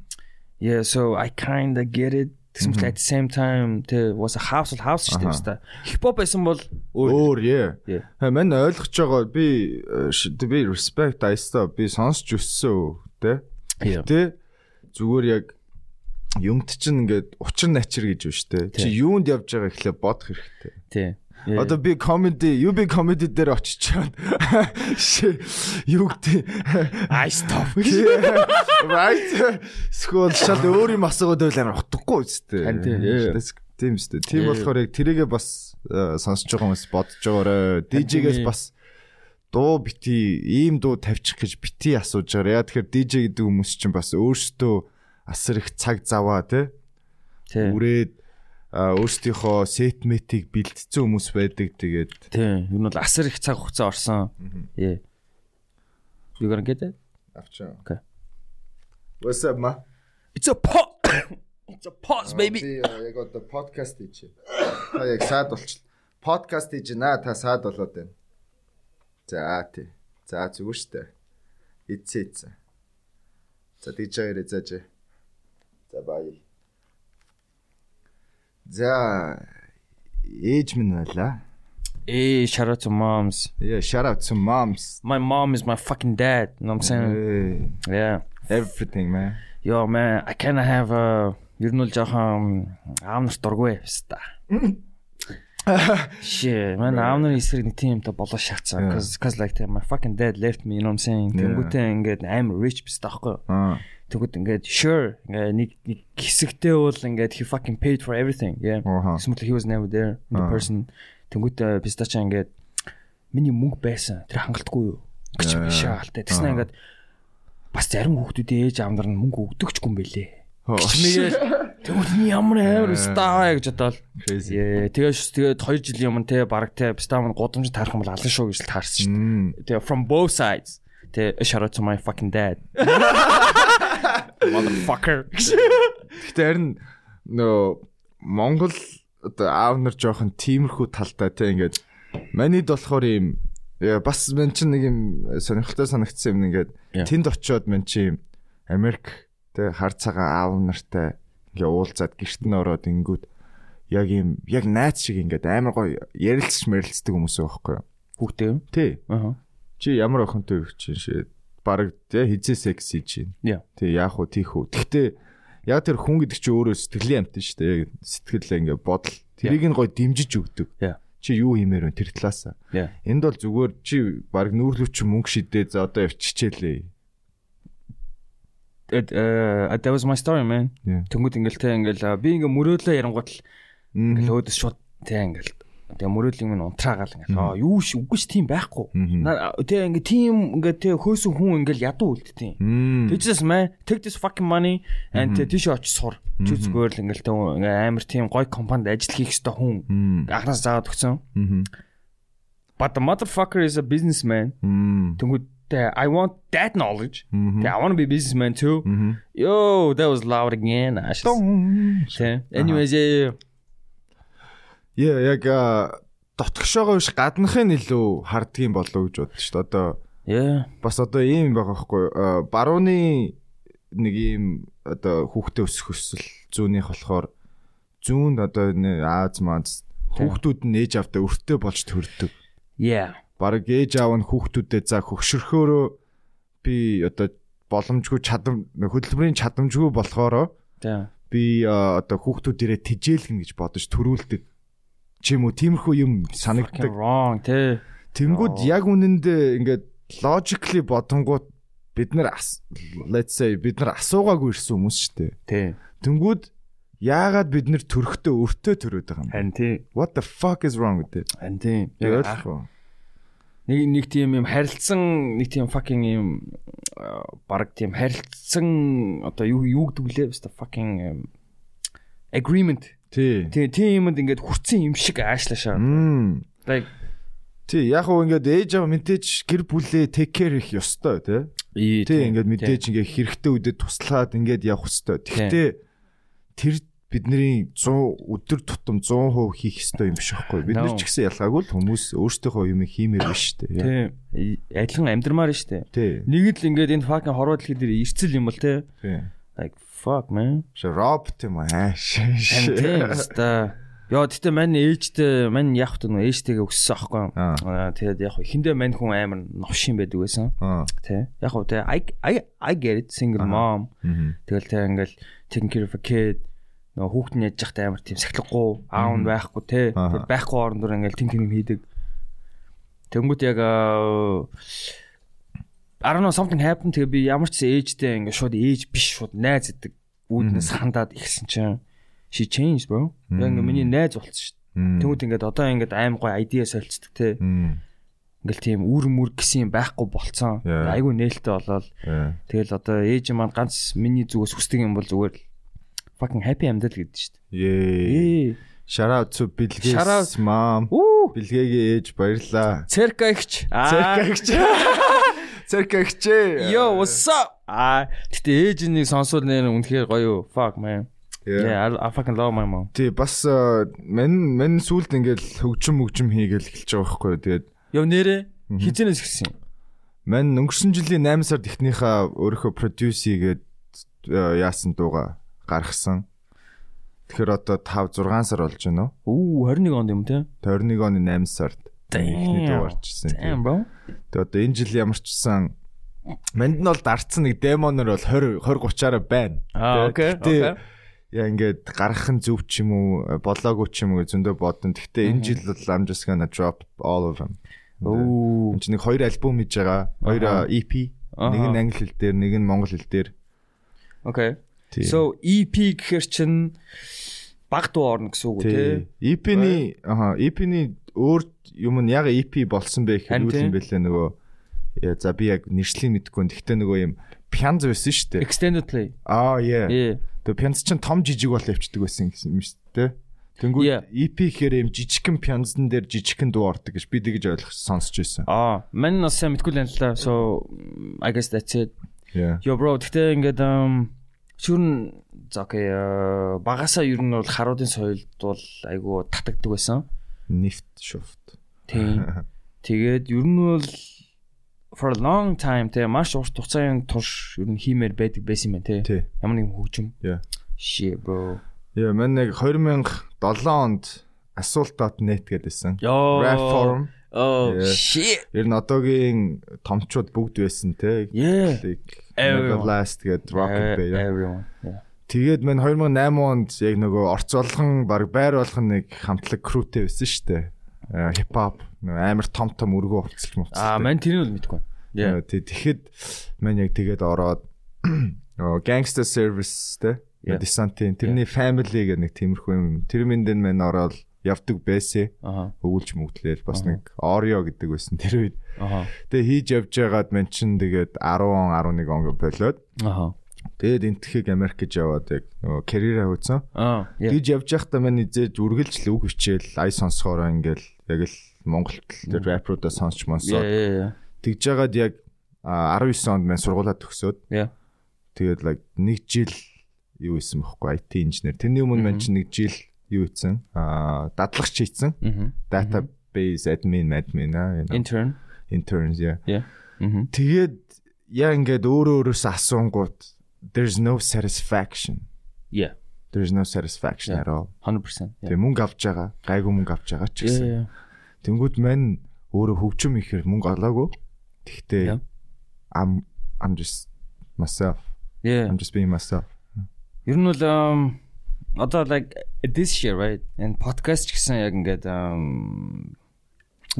Yeah, so I kind of get it. Тэгсэн мэт at the same time тэ was a house л house шүү дээ. Аха. баста. Хипхоп байсан бол өөр. Өөр яа. Yeah. Ха мань ойлгож байгаа би э, ш- би respect айста би сонсч өссөн те. Yeah. Тэ зүгээр яг юмд чинь ингээд учир начир гэж биш те. Чи юунд явж байгаа ихлэ бодох хэрэгтэй. Тий. Yeah. Одоо би comedy, you be comedy дээр очичаад *laughs* ши- юу гэдэг I *laughs* stop. right school шал өөр юм асуугаад байл амар утгагүй үстэй. Харин тийм. Тийм үстэй. Тийм Yeah. болохоор яг тэрийгээ бас э, сонсож байгаа хүмүүс бодож байгаарэ. тийм. DJ-гээс бас дуу бити ийм дуу тавьчих гэж бити асууж байгаа. Яа тэгэхээр DJ гэдэг хүмүүс чинь бас өөрсдөө асар их цаг заваа те Тий. үрээд а, өөрсдийнхөө сетметийг бэлтцсэн хүмүүс байдаг тэгээд Тийм. Юу нь бол асар их цаг хугацаа орсон. Ээ. You gonna get it? авчаа. Окей. What's up ma? It's a pause. *coughs* It's a pause baby. э, яг одоо подкаст хийж. Та яг саад болчихлоо. Подкаст хийж наа та саад болоод байна. За тий. За зүгээр штэ. Эцээ эцээ. За тийж яарэ зааж. За баяа. За ээж минь байла. Hey, shout out to moms. Yeah, shout out to moms. My mom is my fucking dad. You know what I'm saying? Hey, Yeah. Э, everything man. Yo man, I kinda have a ер нь л жоохон аав нарт дургүй хэвста. Shit, man, аав нарын эсрэг нэг тийм юмтай болоо шахацсан. Yeah. Cause cause like that my fucking dad left me, you know what I'm saying? Yeah. Тэнгүүтээ ингээд I'm rich биш таахгүй. Аа. Тэгвэл ингээд sure ингээд нэг нэг хэсэгтээ бол ингээд he fucking paid for everything. Yeah. Ааха. Smutl he was never there in the Аа. person. Тэнгүүтээ пистача ингээд миний мөнгө байсан. Тэр хангалтгүй юу? Гэж Yeah. шаалтай. Тэснэ Аа. ингээд бас зарим хүүхдүүдийн ээж аамдар нь мөнгө өгдөгчгүй юм бэлээ. Чимээгээл тэгвэл энэ ямар амар стаа гэж бодоол. Crazy. Ээ тэгээс тэгээд 2 жилийн өмнө те баг те стаа мань гудамж таарах юм бол алан шүү гэж л таарсан шүү. Мм. Тэгээ from both sides. Тэ shout out to my fucking *laughs* dad. Motherfucker. Гэтэ харин нөө Монгол одоо аав нар жоохон тиймэрхүү талтай те ингээд манид болохоор юм э, бас мен чинь нэг юм сонирхолтой санагдсан юм ингээд Yeah. тэнд очиод мен чинь юм Америк те хар цагаан аав нартай ингээ уулзаад гэрт нь ороод ингүүд яг юм яг найз шиг ингээд амар гоё ярилцж мэрилцдэг хүмүүс байхгүй юу Хүүхдээ. тий Аа. чи ямар охинтой өгч чинь шээ баг те хизээ секси чинь Яа. тий яах вэ тийх үү гэхдээ яг тэр хүн гэдэг чи өөрөө сэтгэлийн амт нь шүү дээ яг сэтгэл ингээ бодол тэрийг нь гоё дэмжиж өгдөг Яа. чи юу хиймээр вэ тэр талаас Яа. энд бол зүгээр чи баг нүүрлүү чи мөнгө шидээ за одоо явчихчихлээ That uh that was my story man. Yeah. Тэнгүүд ингээл те ингээл а, би ингээ мөрөөлөө ярангуут л ингээл Мгм. өөдөс шууд те ингээл тэгээ мөрөөллийн минь унтраагаал ингээл аа юу ш үгүй ш тийм байхгүй. Мгм. На- Тэ ингээ тийм ингээ тэ хөөсөн хүн ингээл ядуу үлдтiin. Мм. Тэжээс мэ take this fucking money and тэ тийш очиж сур. Чи зүгээр л ингээл тэ ингээ амар тийм гой компанид ажил хийх ёстой хүн Мм. анхаас заагаад өгсөн. Мгм. But the motherfucker is a businessman. Мм. Тэнгүүд тэ I want that knowledge. Мгм. Тэ I want to be a businessman too. Мгм. Yo, that was loud again. I should Тэ. Anyways, yeah, yeah. Яа яг а, дотгошоогоо биш гаднахын илүү харддаг юм болоо гэж боддоо шүү дээ одоо yeah. бас одоо ийм байгаа байхгүй юу? барууны нэг ийм одоо хүүхдээ өсөх өсөл зүүнийх болохоор зүүн одоо энэ Аз маз хүүхдүүд нь ээж авдаа өртөө болж төрдөг. Yeah. Бараг ээж аав нь хүүхдүүдэд за хөгшөрхөөрөө би одоо боломжгүй чадам хөдөлмөрийн чадамжгүй болохоро Тэ. би а, одоо хүүхдүүдэрээ тэжээлгэн гэж бодож төрүүлдэг. Чи юм уу тиймэрхүү юм Fucking санагддаг. wrong. Тэ. Тэнгүүд Оо. яг үнэндээ ингээд logically бодонгууд бид нар ас- let's say бид нар асуугаагүй ирсэн хүмүүс шүү дээ. Тэ. Тэнгүүд яагаад бид нар төрөхдөө өртөө төрөөд байгаа юм бэ? Хан тэ. What the fuck is wrong with it? Хан тэ. Яг Ах ойлгохгүй. нэг нэг тийм юм харилцсан нэг тийм fucking юм аа, баг тийм харилцсан одоо юу юу гэдэг лээ баста fucking юм, agreement Тий. тийм тийм юмд ингээд хүрцэн юм шиг аашлаашаа Мм. like Тий, яг уу ингээд ээж аваа мэдээж гэр бүлээ take care их ёстой тий. Тий, ингээд мэдээж ингээд хэрэгтэй үедээ туслаад ингээд явах ёстой. Тэгтээ тэр бидний 100 өдөр тутам 100% хийх ёстой юм биш байхгүй. Бид нар No. ч гэсэн ялгаагүй л хүмүүс өөрсдийнхөө юм хиймээр биш шүү дээ. тийм адилхан амьдрмаар нь штэ Тий. нэг л ингээд энэ fucking хорвоо дэлхий дээр ирцэл юм бол те Тий. like fuck man Ши роб тийм ааш. Харин тийм баста Яа тэгтээ мань ээжтэй мань яг хөтөн ээжтэйгээ өссөн аахгүй. Аа. Аа тэгээд яг хиндэ мань хүн амар новшин байдаг байсан. Аа. тий. Яг уу тий. I I I get it single Аха. mom. Мгм. Тэгэл тий ингээл taking care of a kid нөгөө хүүхд нь яж захтай амар тийм сахилахгүй, аав нь байхгүй тий. Аха. Тэр байхгүй орон дор ингээл тим тим юм хийдэг. Тэнгүүт яг аа, I don't know something happened тэгээ би ямар ч ээжтэй ингээ шууд ээж биш шууд найз гэдэг үүднээс хандаад ихсэн чинь she changed bro. Яг ингээ Мм. миний найз болсон шүү. Мм. Тэнгүүт ингээд одоо ингээд аим гой idea солилцдаг тий. Мм. Ингээл тийм үр мөр гэсэн юм байхгүй болцсон. Yeah. Айгу нээлттэй болоод Э. Тэгэл одоо ээж маань ганц миний зүгээс хүсдэг юм бол зүгээр л fucking happy амьдрал гэдэг шүү Yay. дээ. Shout out to Bill Shout out. Gates mom. Үу! Бэлгээгийн ээж баярлаа. Церка ихч. Аа. *laughs* Цэркэгч. Цэркэгч. Yo, what's up? Аа, гэтээ ээж нэг сонсвол нэр үнэхээр гоё. Fuck man. Э, Yeah, I, I fucking love my mom. Тий бас э, мен мен сүлд ингээл хөгжим мөгжим хийгээл эхэлж байгаа байхгүй юу. Тэгээд Яв нэрэ. Хизэнээс ихсэн. Мань өнгөрсөн жилийн 8 сард эхнийхээ өөрийнхөө продюсигээд яасан дууга гаргасан. Тэгэхээр одоо 5 6 сар болж байна уу? Үу 21 онд юм те. 21 оны 8 сард Damn. эхний дуу гарчсан. Тийм бо. Тэгээ одоо энэ жил ямар ч гэсэн манд нь бол дарцсан нэг демонор бол 20 20 30-аараа байна. Аа, окей, Тэ- гэтээ Яа ингээд гарах нь зөв ч юм уу болоогүй ч юм уу зөндөө бодно. Гэхдээ энэ жил бол I'm just gonna drop all of them. Үу. Энд чинь нэг хоёр альбом хийж байгаа. Хоёр Аха. EP. Аха. Нэг нь англи хэл дээр, нэг нь монгол хэл дээр. Окей. Тийм. So EP гэхэр чин баг дуу орно гэсэн үг үү те. Тий. EP-ний аа EP-ний E өөр юм нь яг EP болсон бэ Харин хэрүүл тий. юм бэлээ нөгөө Яа, за би яг нэршлиг мэдгүй. Гэхдээ нөгөө юм пянз байсан шүү дээ. Extended play. Аа яа. Ээ. Тэгээ пянз чинь том жижиг бол явчихдаг байсан гэсэн юм шүү дээ. Yeah. Тэнгүүд EP гэхээр юм жижигхэн пянзан дээр жижигхэн дуу ордог гэж би тэгж ойлгож сонсч байсан. Аа, мань нас сайн мэдгүй л юм л та. So I guess that's it. Яа. Yo bro, гэхдээ ингээд ам шүрн за окей э, багасаа ер нь бол харуудын соёлд бол айгу татагддаг байсан. Нефт шуфт. Тийм. Тэгээд ер нь бол for a long time те маш урт хугацааны турш ер нь хиймээр байдаг байсан юм байна те. *laughs* Тий. Ямар нэгэн хөгжим. Yeah. Shit bro. Яа, мань яг 2007 онд assault.net гэдээсэн. Yo. Rap forum. Oh Yeah. shit. Ер нь одоогийн томчууд бүгд байсан те. Yeah. Everyone. Everyone Last гээд Rocket Bay. яа. Everyone. Yeah. Тэгээд мань 2008 онд яг нөгөө орцолхон баг байр болох нэг хамтлаг крүүтэй байсан шүү дээ. Аа, Hip hop нөгөө амар том том өргөө хувцалж мөвцөл. Аа мань тэрийг Ah, бол мэдгүй. Yeah. Тэгэхэд мань яг тэгээд ороод *clears throat* нөгөө Gangster Service те. Yeah. Десантин тэрний family гэх нэг тиймэрхүү юм. Тэр минь дэн мань ороод явдаг байсан. Аха. Өгүүлж мөгдлээл бас нэг Oreo гэдэг байсан тэр үед. Аха. Тэгээ хийж явж байгаад мэн чин тэгээд 10 он 11 он болоод Аха. тэгээд энтхийг Америк гэж яваад яг нөгөө карьераа хөөцөн. Аа. Ah, yeah. Тэгж явж байхдаа мань низээж үргэлж л үг хичээл, ай сонсохоор ингээл яг л Монголд л тэр рэпруудаа Yeah, сонсч монсоо. yeah, yeah. Тэгж яваад яг а, 19 онд мань сургуулаа төгсөөд Yeah. тэгээд like нэг жил юу хийсэн бэхгүй IT инженер. Тэрний өмнө мань чин нэг жил юу хийсэн? Аа дадлагч хийсэн. Мгм. Database admin admin аа you know, Intern. interns yeah. Yeah. Мгм. Тэгээд яа ингээд өөрөө өөрөөсөө асуунгууд there's no satisfaction. Yeah. There's no satisfaction Yeah. at all. 100%. Yeah. Тэгээ мөнгө авч байгаа, гайгүй мөнгө авч байгаа ч Yeah, гэсэн. yeah. Тэнгүүд мань өөрөө хөгжим ихээр мөнгө олоогүй. Yeah. Тэгтээ I'm I'm just myself. Yeah. I'm just being myself. Ер нь бол um, одоо like this year right and podcast ч гэсэн яг ингээд um,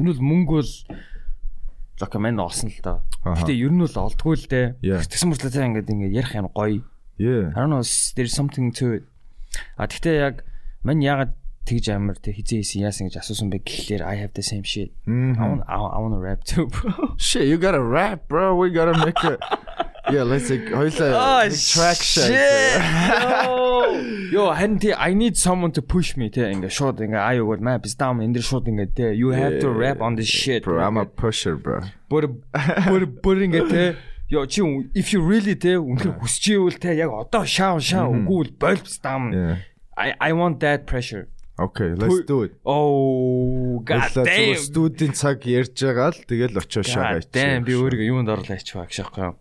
ер нь бол мөнгө бол документ олсон л доо. Аха. Гэтэ ер нь бол олдгүй л дээ. Yeah. Тэгсэн мөртлөө тэ ингээд ингээд ярих юм гоё. Yeah. I don't know there's something to it. А тэгтээ яг мань ягаад тэгж амар тэг хизээ хийсэн яасан гэж асуусан бэ гэхлээр I have the same shit. I Mhm. want I want- I want to rap too bro. Shit, you got to rap, bro. We got to make a *laughs* Yeah, let's like хоёлаа Oh, нэг track Oh, shit. *laughs* Yo, харин тий I need someone to push me те ингээ шууд ингээ аа юу бол маа biz down энэ дэр шууд ингээ те you have to rap on this shit. Bro, I'm a pusher, bro. бүр бүр бүр ингээ те Yo чи үн- if you really те үнэхээр хүсэж ивэл те яг одоо шаа шаа үгүй бол боль biz down. Mm-hmm. Yeah. I I want that pressure. Okay, let's Pu- do it. Oh god Баярлалаа. Зүгээр damn. студийн цаг ярьж байгаа л тэгэл очоо шагаа God damn би өөрийгөө юунд орлооч баг шахгүй.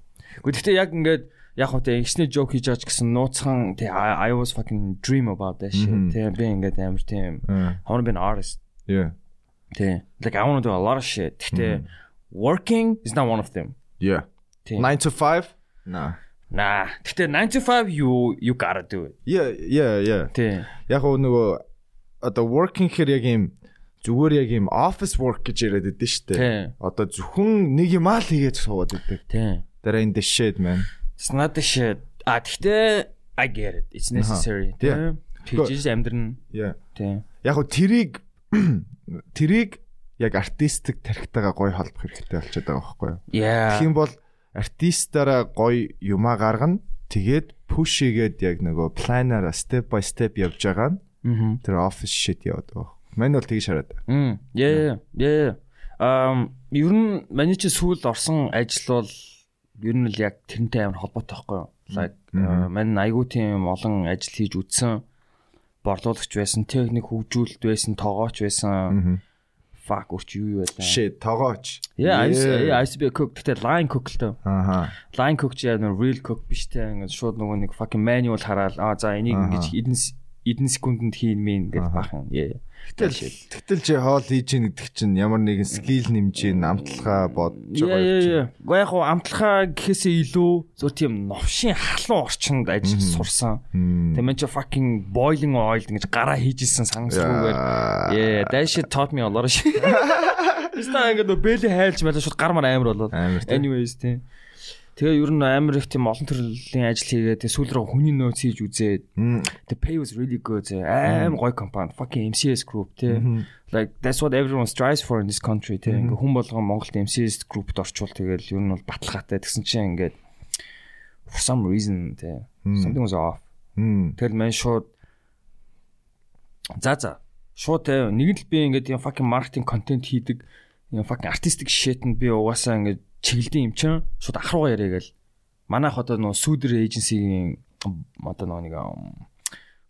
Гэхдээ яг ингээд яг хөө тэ ихсний жок хийж байгаа ч гэсэн нууцхан тэ I I was fucking dream about that shit. Мгм. Тэ би ингээд амар тийм Аа. I want to be an artist. Yeah. Тэ like I want to do a lot of shit. Гэхдээ working is not one of them. Yeah. Тэ 9 to 5? Nah. Nah. Гэхдээ 95 you you gotta do it. Yeah, yeah, yeah. Тэ Яг гоо нөгөө одоо working хэр яг юм зүгээр яг юм office work гэж яриад байдсан шүү дээ. Тэ Одоо зөвхөн нэг юм аа л хийгээд суугаад байдаг. Тэ Дараа энэ shit man. It's not the shit. А гэхдээ I get it. It's necessary. Yeah. Тэ Тэгж амьдрна. Yeah. Тэ Яг гоо тэрийг *clears throat* тэрийг яг артистик тарихтайгаа гоё холбох хэрэгтэй болчиход байгаа байхгүй юу? Yeah. Тэгэх юм бол артистаараа гоё юмаа гаргана. Тэгээд push хийгээд яг нөгөө планаараа step by step явж байгаа нь Мгм. тэр office shit яваад байгаа. Мань бол тгий шараад. Мм. Яа яа. Ам ер нь миний чи сүүл орсон ажил бол ер нь л яг тэрнтэй амар холбоотой байхгүй юу? Like э, Мгм. миний айгуу тийм олон ажил хийж үзсэн борлуулагч байсан, техник хөгжүүлэлт байсан, тоогооч байсан, Аа. fuck урч юу юу байлаа. Shit, тогооч. Yeah, I used, yeah, I used to be a cook. Тэгтээ line cook л дөө. Ааха. Line cook яа нэр real cook биш те. Ингээд шууд нөгөө нэг fucking manual хараал. Аа за энийг Аха. ингэж эдэн с- эдэн секундэд хийн мэн гэж Аха. бах юм. Yeah. Тэгтэл тэгтэл чи хоол хийж ийн гэдэг чинь ямар нэгэн skill нэмж ийн амтлахаа бодож Яа байгаа яа юм чи. яа. Гэхдээ яг хуу амтлахаа гэхээсээ илүү зөв тийм новшийн халуун орчинд ажиллаж сурсан. Мм. Тэмээ чи fucking boiling oil гэж гараа хийжсэн сангасгүйгээр Аа. Yeah, that shit taught me a lot of shit. Стаа ингээд нөө бэлээ хайлж байлаа шууд гар мар амар болоод. Амар тийм. Anyways тийм. Тэгээ ер нь амар их тийм олон төрлийн ажил хийгээд тэгээ сүүл рүү хүний нөөц хийж үзээд Мм. the pay was really good. тийм. Аим гой компани fucking MCS group тийм. Like that's what everyone strives for in this country тийм. Ингээ хүн болгоо Монголд MCS group-д орчвол тэгэл ер нь бол баталгаатай тэгсэн чинь ингээд for some reason тийм. Mhm. Something was off. Мм. Тэр мэн шууд за за шууд те нэг л би ингээд юм fucking маркетинг контент хийдэг юм fucking артистик шитэнд би угаасаа ингээд чиглэдэг юм чинь шууд ахруугаа яриагээл манайх одоо нөө сүүдэр эйженсигийн одоо нөө нэг ам,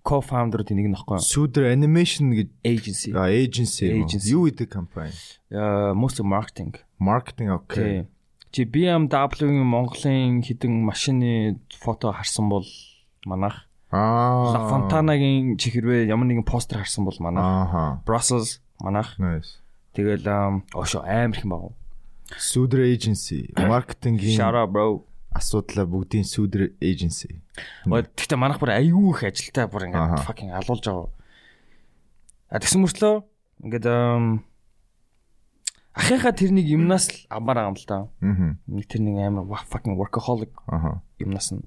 co-founder-уудын нэг нөхгүй Сүдэр animation гэж agency а agency юм уу? Agency. юу гэдэг компани? э, mostly marketing Marketing окей. тий чи BMW-ийн Монголын хідэн машины фото харсан бол манайх Аа. La Fontana-гийн чи хэрвээ ямар нэгэн постэр харсан бол манайх Ааха. Brussels манайх Nice. Тэгэл ам, ошо амар их юм баг. Сүдэр agency, marketing-ийн Шара бро. асуудлаа бүгдийн сүдэр agency. Гэхдээ манах бүр аюу их ажилтай бүр Аха. ингээд fucking алуулж байгаа. А тэгсэн мөртлөө ингээд ам, ахыхаа тэрнийг юмнаас л амар байгаа юм л да. Мгм. Нэг тэр нэг амар wa- fucking workaholic Ааха. юмнаас нь.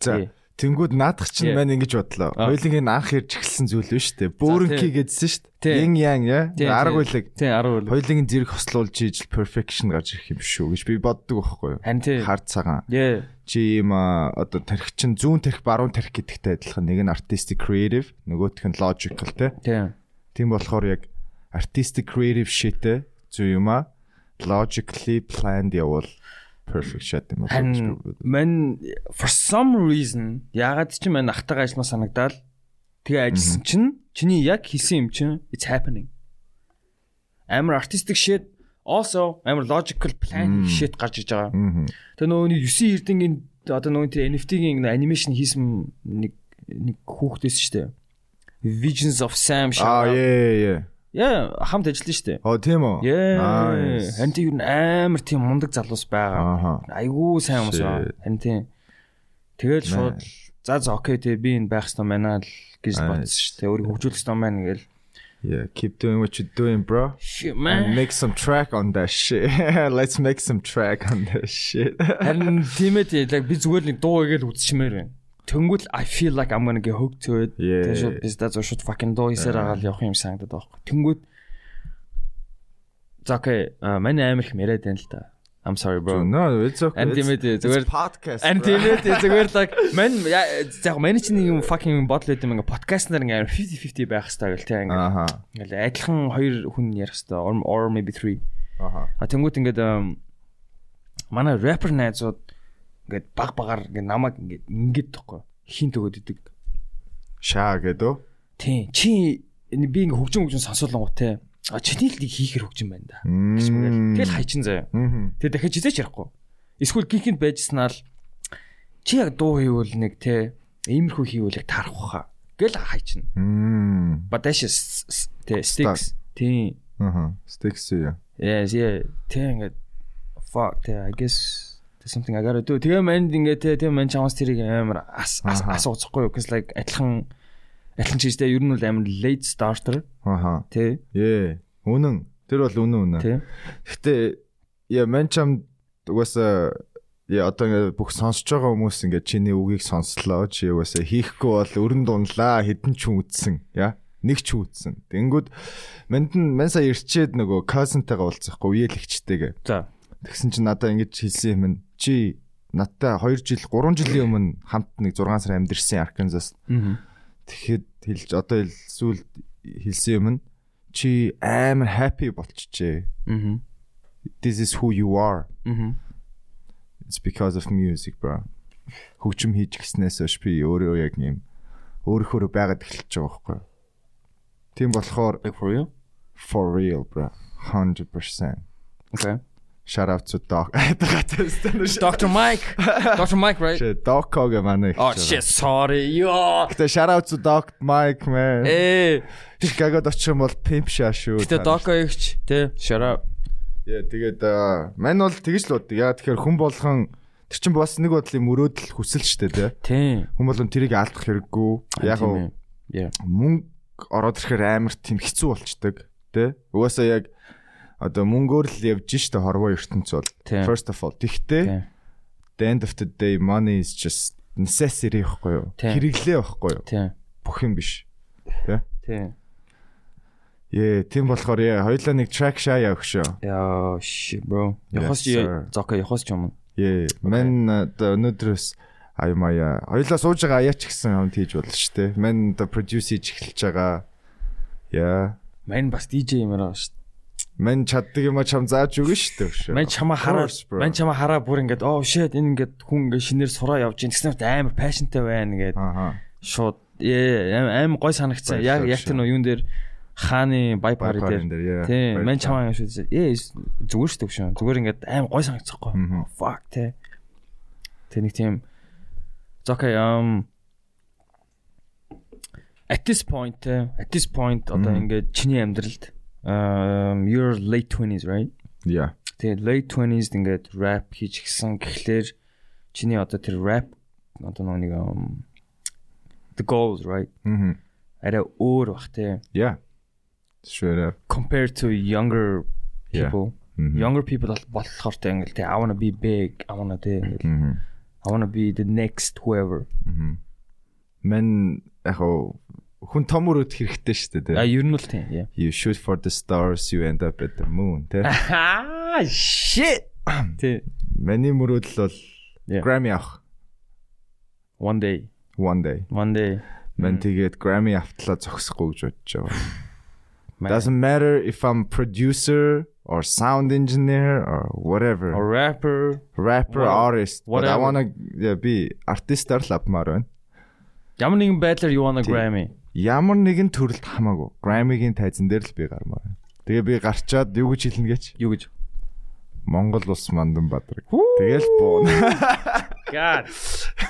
За. Тий. Тэнгүүд наадах чинь Тий. мань ингэж бодлоо. Аа. Хоёулын энэ анх ирж эхэлсэн зүйл биш үү? Бөөрөнки гэдсэн шүү дээ. Тий. Ин ян яа. Тий, Арга тий. үйлэг. Тий 10 үл. Хоёулын зэрэг хослуулж ижил perfection гарч ирэх юм шүү гэж би боддог байхгүй юу? Харин тий. Хар цагаан. Яа. чи юм аа, одоо тарих чинь зүүн тарих баруун тарих гэдэгтэй адилхан нэг нь artistic creative нөгөөх нь logical те. Тий. Тийм болохоор яг artistic creative shit зүү юм аа logically planned явал perfect shot юм Харин болов. мань for some reason ягаад ч мань ахтайгаа ажиллана санагдаад тэгээ ажилласан чинь чиний яг хийсэн юм чинь it's happening. Амар artistic shit also амар logical planning shit гарч иж байгаа. Мм. Тэгээ нөгөө нэг 9 эрдэнгийн одоо нөгөө тэр NFT-гийн нэг анимашн хийсэн нэг нэг хүүхдээс шүү дээ. Visions of Sam Аа шиг. яа яа. Яа хамт ажиллана шүү дээ. Оо тийм үү? Яа. Nice. Ханти юу н амар тийм мундаг залуус байгаа. Ааха. Айгуу сайн хүмүүс Shit. байна. Харин тийм. Тэгэл шууд за за окей тий би энэ байх хэвээр байна л гэж Аа, бодсон шүү дээ. Өөрийг хөгжүүлэх хэвээр байна гээл. Yeah, keep doing what you doing, bro. Shit And man. make some track on that shit. *laughs* Let's make some track on that shit. Харин тийм ээ яг би зүгээр л нэг дуу игээл үзчихмээр байна. Тэнгүүт I feel like I'm gonna get hooked to it. Yeah. Тэгээ шууд бис даа шууд fucking дуу хийсээр агаал явах юм санагдаад байгаа байхгүй. Тэнгүүт За окей. а, Манай амир их мэрэд байна л да. I'm sorry bro. No, it's okay. Харин тийм It's- ээ it's зүгээр podcast. Ань bro. тийм ээ тийм зүгээр л мань яг мань чинь нэг юм fucking бодол өгд юм ингээ подкаст нар ингээ 50 50 байх хэвээр гэл тийм ингээ Ааха. ингээл адилхан хоёр хүн ярих хэвээр or, or maybe three Ааха. а тэнгуут ингээд ам, манай rapper найзууд ингээд баг багаар ингээ намайг ингээд ингээд тахгүй хин төгөөд идэг Шаа гэдэг. тий чи би ингээ хөгжим хөгжим сонсоолон гоо те а чиний л нэг хийхэр хөгжим байна да гэж мгил Мм. тэгэл хайчин заяа Мгм. Тэгээ дахиад хизээч ярихгүй. Эсвэл гинхэнд байжснаа л чи яг дуу хийвэл нэг те иймэрхүү хийвэл яг тарах واخа гэл хайчна. Мм. Бадааш с- с- те sticks тий. Аха. Sticks. Yes yeah те ингээд fuck те I guess there's something I got to do. Тэгээ манд ингээд те те манд чамаас тэрийг амар ас ас Аха. асууцхгүй юу because like адилхан адилхан чижтэй ер нь бол амар late starter Аха. те Е. Үнэн. Тэр бол үнэн үнэн. те Гэтэ я манчам угаасаа я одоо ингээ бүх сонсож байгаа хүмүүс ингээ чиний үгийг сонслоо чи угаасаа хийхгүй бол өрн дунлаа хідэн ч үтсэн я нэг ч үтсэн. Тэнгүүд манд нь ман сая ирчээд нөгөө казентайгаа уулзахгүй үеэлэгчтэйгээ. за Тэгсэн чинь надаа ингэж хэлсэн юм нь чи надтай 2 жил 3 жилийн өмнө хамт нэг 6 сар амьдэрсэн Арканзас мгм. Тэгэхэд хэлж одоо хэл- сүүлд хэлсэн юм нь чи амар happy болчихжээ. мгм This is who you are. мгм It's because of music, bro. Хөгжим хийж гиснээс хойш би өөрөө яг юм өөрийнхөө байгаад эхэлж байгаа байхгүй юу? Тийм болохоор like for you For real, bro. 100%. Okay. Shout out to Doc. *laughs* Doc. Dr. Mike. *laughs* Dr. Mike, right? Doc-ог манай их. Oh жоо. shit, sorry. Йоо. Гэтэ shout out to Doc Mike man. Ээ. Чикагод очих юм бол pimp шаа шүү. Гэтэ Та нар. доко ягч те. Шара. Яа, тэгээд аа, мань бол тэгж л бод. Яа тэгэхээр хүн болгон тэр чинь бас нэг бодлын мөрөөдөл хүсэл штэ тий. Тийм. Хүн болгон тэрийг алдах хэрэггүй. Яг Тийм нь ээ. Яа. мөнгө ороод ирэхээр амар тийм хэцүү болчдаг тий. Угаасаа яг одоо мөнгөөр л явж штэ хорвоо ертөнц бол. Тийм. First of all тэгтээ Тийм. the end of the day money is just necessary байхгүй юу? Тийм. Хэрэглээ байхгүй юу? Тийм. Бүх юм биш. Тийм. Ээ, тийм болохоор яа, хоёлаа нэг track шаа явах шүү. Яа, shit bro. Yes, Яхас sir. чи зоко яхас ч юм. уу? Ээ, мен одоо өнөөдрөөс аймаа хоёлаа сууж байгаа аяач гэсэн хамт хийж болно шүү дээ. Мен одоо produce хийж эхэлж байгаа. Яа. Мань бас DJ юм аа шүү. Мен чаддаг юм а чам зааж өгнө шүү дээ. өшөө. Мань чамаа хараа. course, bro. Мань чамаа хараа бүр ингээд оо shit энэ ингээд хүн ингээд шинээр сураа явж гин гэсэн хэрэг амар passionтэй байна гэдэг. Ааха. Шууд ээ аим- аим гой санагцсан. Яг Баярлалаа, яг шүү. тэр нөө юун дээр хааны бай пари Баяр дээр. дээр яа. Тийм. Мань чамаа юм шүү. дээ. Ээ зүгээр шүү дээ. Зүгээр ингээд аим гой санагцсахгүй. Мгм. Fuck те. Тэ нэг тийм Зока um at this point те, at this point одоо Мгм. ингээд чиний амьдралд um your late 20s right? Яа. Тэгээ late 20s д ингээд rap хийж гисэн гэхлээр чиний одоо тэр rap одоо нөгөө нэг um, the goals right? Мм. Арай өөр бах те Яа. Шүрэ. compared to younger Yeah. Mm. people. Younger people бол- болохоор те ингээд те I want to be big, I want to те ингээд Мм. I want to be the next whoever. Мм. Мен яг хав хүн том өрөөд хэрэгтэй шүү дээ. А тий. ер нь бол тийм *laughs* яа. You shoot for the stars you end up at the moon тий. Аа Ah, shit. Тэ Миний мөрөөдөл бол Yeah. Grammy авах one day one day. one day Мен тэгээд Grammy автлаа зогсохгүй гэж бодож байгаа. man, Doesn't matter if I'm producer or sound engineer or a whatever. rapper Rapper, Wha- artist. But I whatever. wanna yeah, be артистаар л авмаар байна. ямар нэгэн байдлаар you want a Тийм. Grammy. Ямар нэгэн төрөлд хамаагүй. Grammy-гийн тайзан дээр л би гармаар байна. Тэгээ би гарчаад юу гэж хэлнэ гэж? Юу гэж? Монгол улс мандан бадраг. Тэгэл бууна. God.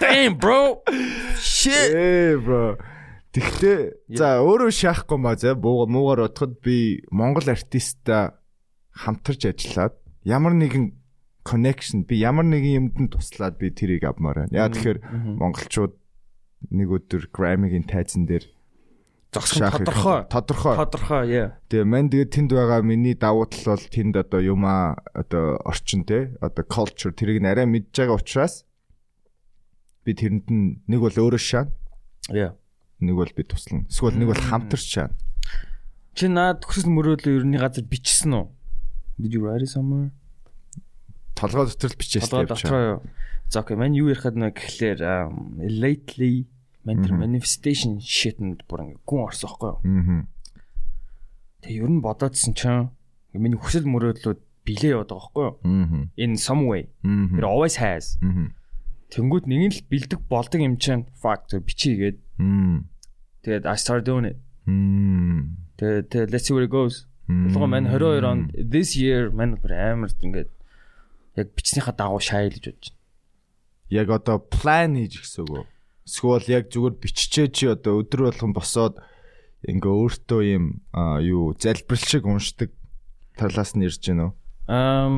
Damn bro. Shit. Ээ бро. Тэгтээ за өөрөө шаахгүй маа за бууга- муугаар утгад би монгол артистаа хамтарч ажиллаад ямар нэгэн connection би ямар нэгэн юмд нь туслаад би тэрийг авмаар байна. Яа тэгэхээр монголчууд нэг өдөр Grammy-гийн тайзан дээр Зогсох шаах тодорхой. тодорхой Тодорхой яа. Тэгээ мэн тэгээ тэнд байгаа миний давуу тал бол тэнд одоо юм аа одоо орчин те одоо culture тэрийг нь арай мэдж байгаа учраас би тэрэнд нь нэг бол өөрөө шаа Яа. нэг бол би туслана. Эсвэл нэг бол хамтарч шаа. Чи наад төгсөл мөрөөдлөө ерний газар бичсэн үү? Did you write it somewhere? Толгой дотор л бичээстэй Толгой дотроо юу? За окей, мань юу ярихад нэ гэхлээр um, lately мань тэр manifestation shit-энд бүр ингээ гүн орсон байхгүй юу? Аа. Тэг ер нь бодоодсэн чинь миний хүсэл мөрөөдлүүд билээ яваад байгаа байхгүй юу? Аа. In some way. Аа. Тэр always has. Тэнгүүд нэг нь л бэлдэг болдог юм чинь fuck тэр бичигээд тэгээд I start doing it. Аа. Тэгээд тэгээд let's see where it goes. Болгоо мань 22 онд this year мань бүр амар ингээд яг бичснийхаа дагуу шайл гэж бодож байна. Яг одоо план хийж гэсэн үг үү? Эсвэл яг зүгээр биччихээ чи одоо өдөр болгон босоод ингээ өөртөө юм аа, юу залбирал шиг уншдаг талаас нь ирж гэнэ үү? Um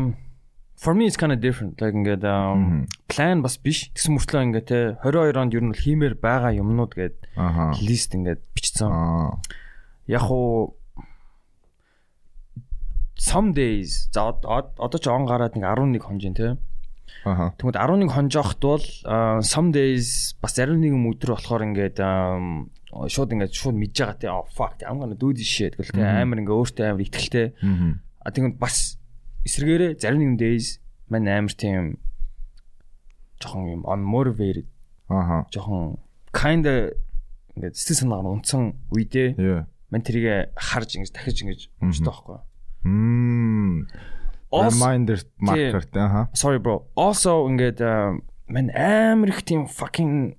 for me it's kind of different. Like ингээд um plan бас биш. Тэгсэн мөртлөө ингээд те 22 онд ер нь бол хиймээр байгаа юмнууд гээд Аха. лист ингээд бичсэн. Аа. яг уу some days за од- од- одоо ч он гараад нэг 11 хонжин тий. Аха. Тэгмэд 11 хонжохт бол аа, some days бас зарим нэгэн өдөр болохоор ингээд ам, шууд ингээд шууд мэдж байгаа тий. Oh fuck I'm gonna do this shit гэл тий. Амар ингээд өөртөө амар ихтэлтэй. Мгм. А тэгмэд бас эсрэгээрээ зарим нэгэн days мань амар тийм жоохон юм unmotivated Аха. жоохон kinda ингээд сэтгэл санаагаар унтсан үедээ Яа. мань тэрийг харж ингэж дахиж ингэж Мгм. уншдаг байхгүй. Мм. Also Reminder marker тэ аха. sorry bro. Also ингээд um, мань амар их тийм fucking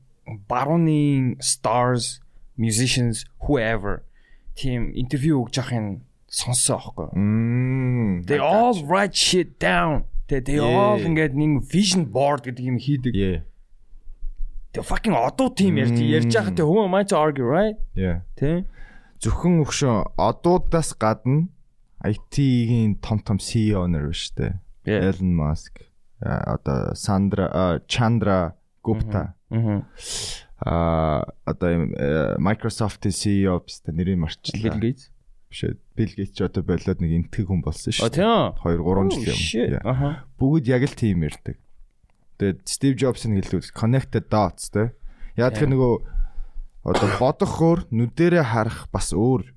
барууны stars, musicians, whoever тийм интервью өгж явахын сонссоо аахгүй. Мм. They all write shit down. Тэ they all Yeah. ингээд нэг vision board гэдэг юм хийдэг. Yeah. Тэ fucking одуу тим ярьж ярьж байгаа тэ хүмүүс might argue right? Yeah. Тэ. Зөвхөн өгшөн одуудаас гадна IT-ийн том том CEO нэр биш үү? Yeah. Elon Musk, а, одоо Sandra а, Chandra Gupta Мгм. а одоо юм э, Microsoft-ийн CEO биш үү? Нэрийг Bill марчлаа. Gates. Биш үү? Bill Gates ч одоо болоод нэг энтгэг хүн болсон А шүү дээ. тийм. 2 3 жил юм. юм. Yeah. Аха. бүгд яг л тийм ярьдаг. Тэгээд Steve Jobs-ын хэлдэг connected dots те. Яг тэр Тийм. нөгөө одоо бодох өөр, нүдэрэ харах бас өөр,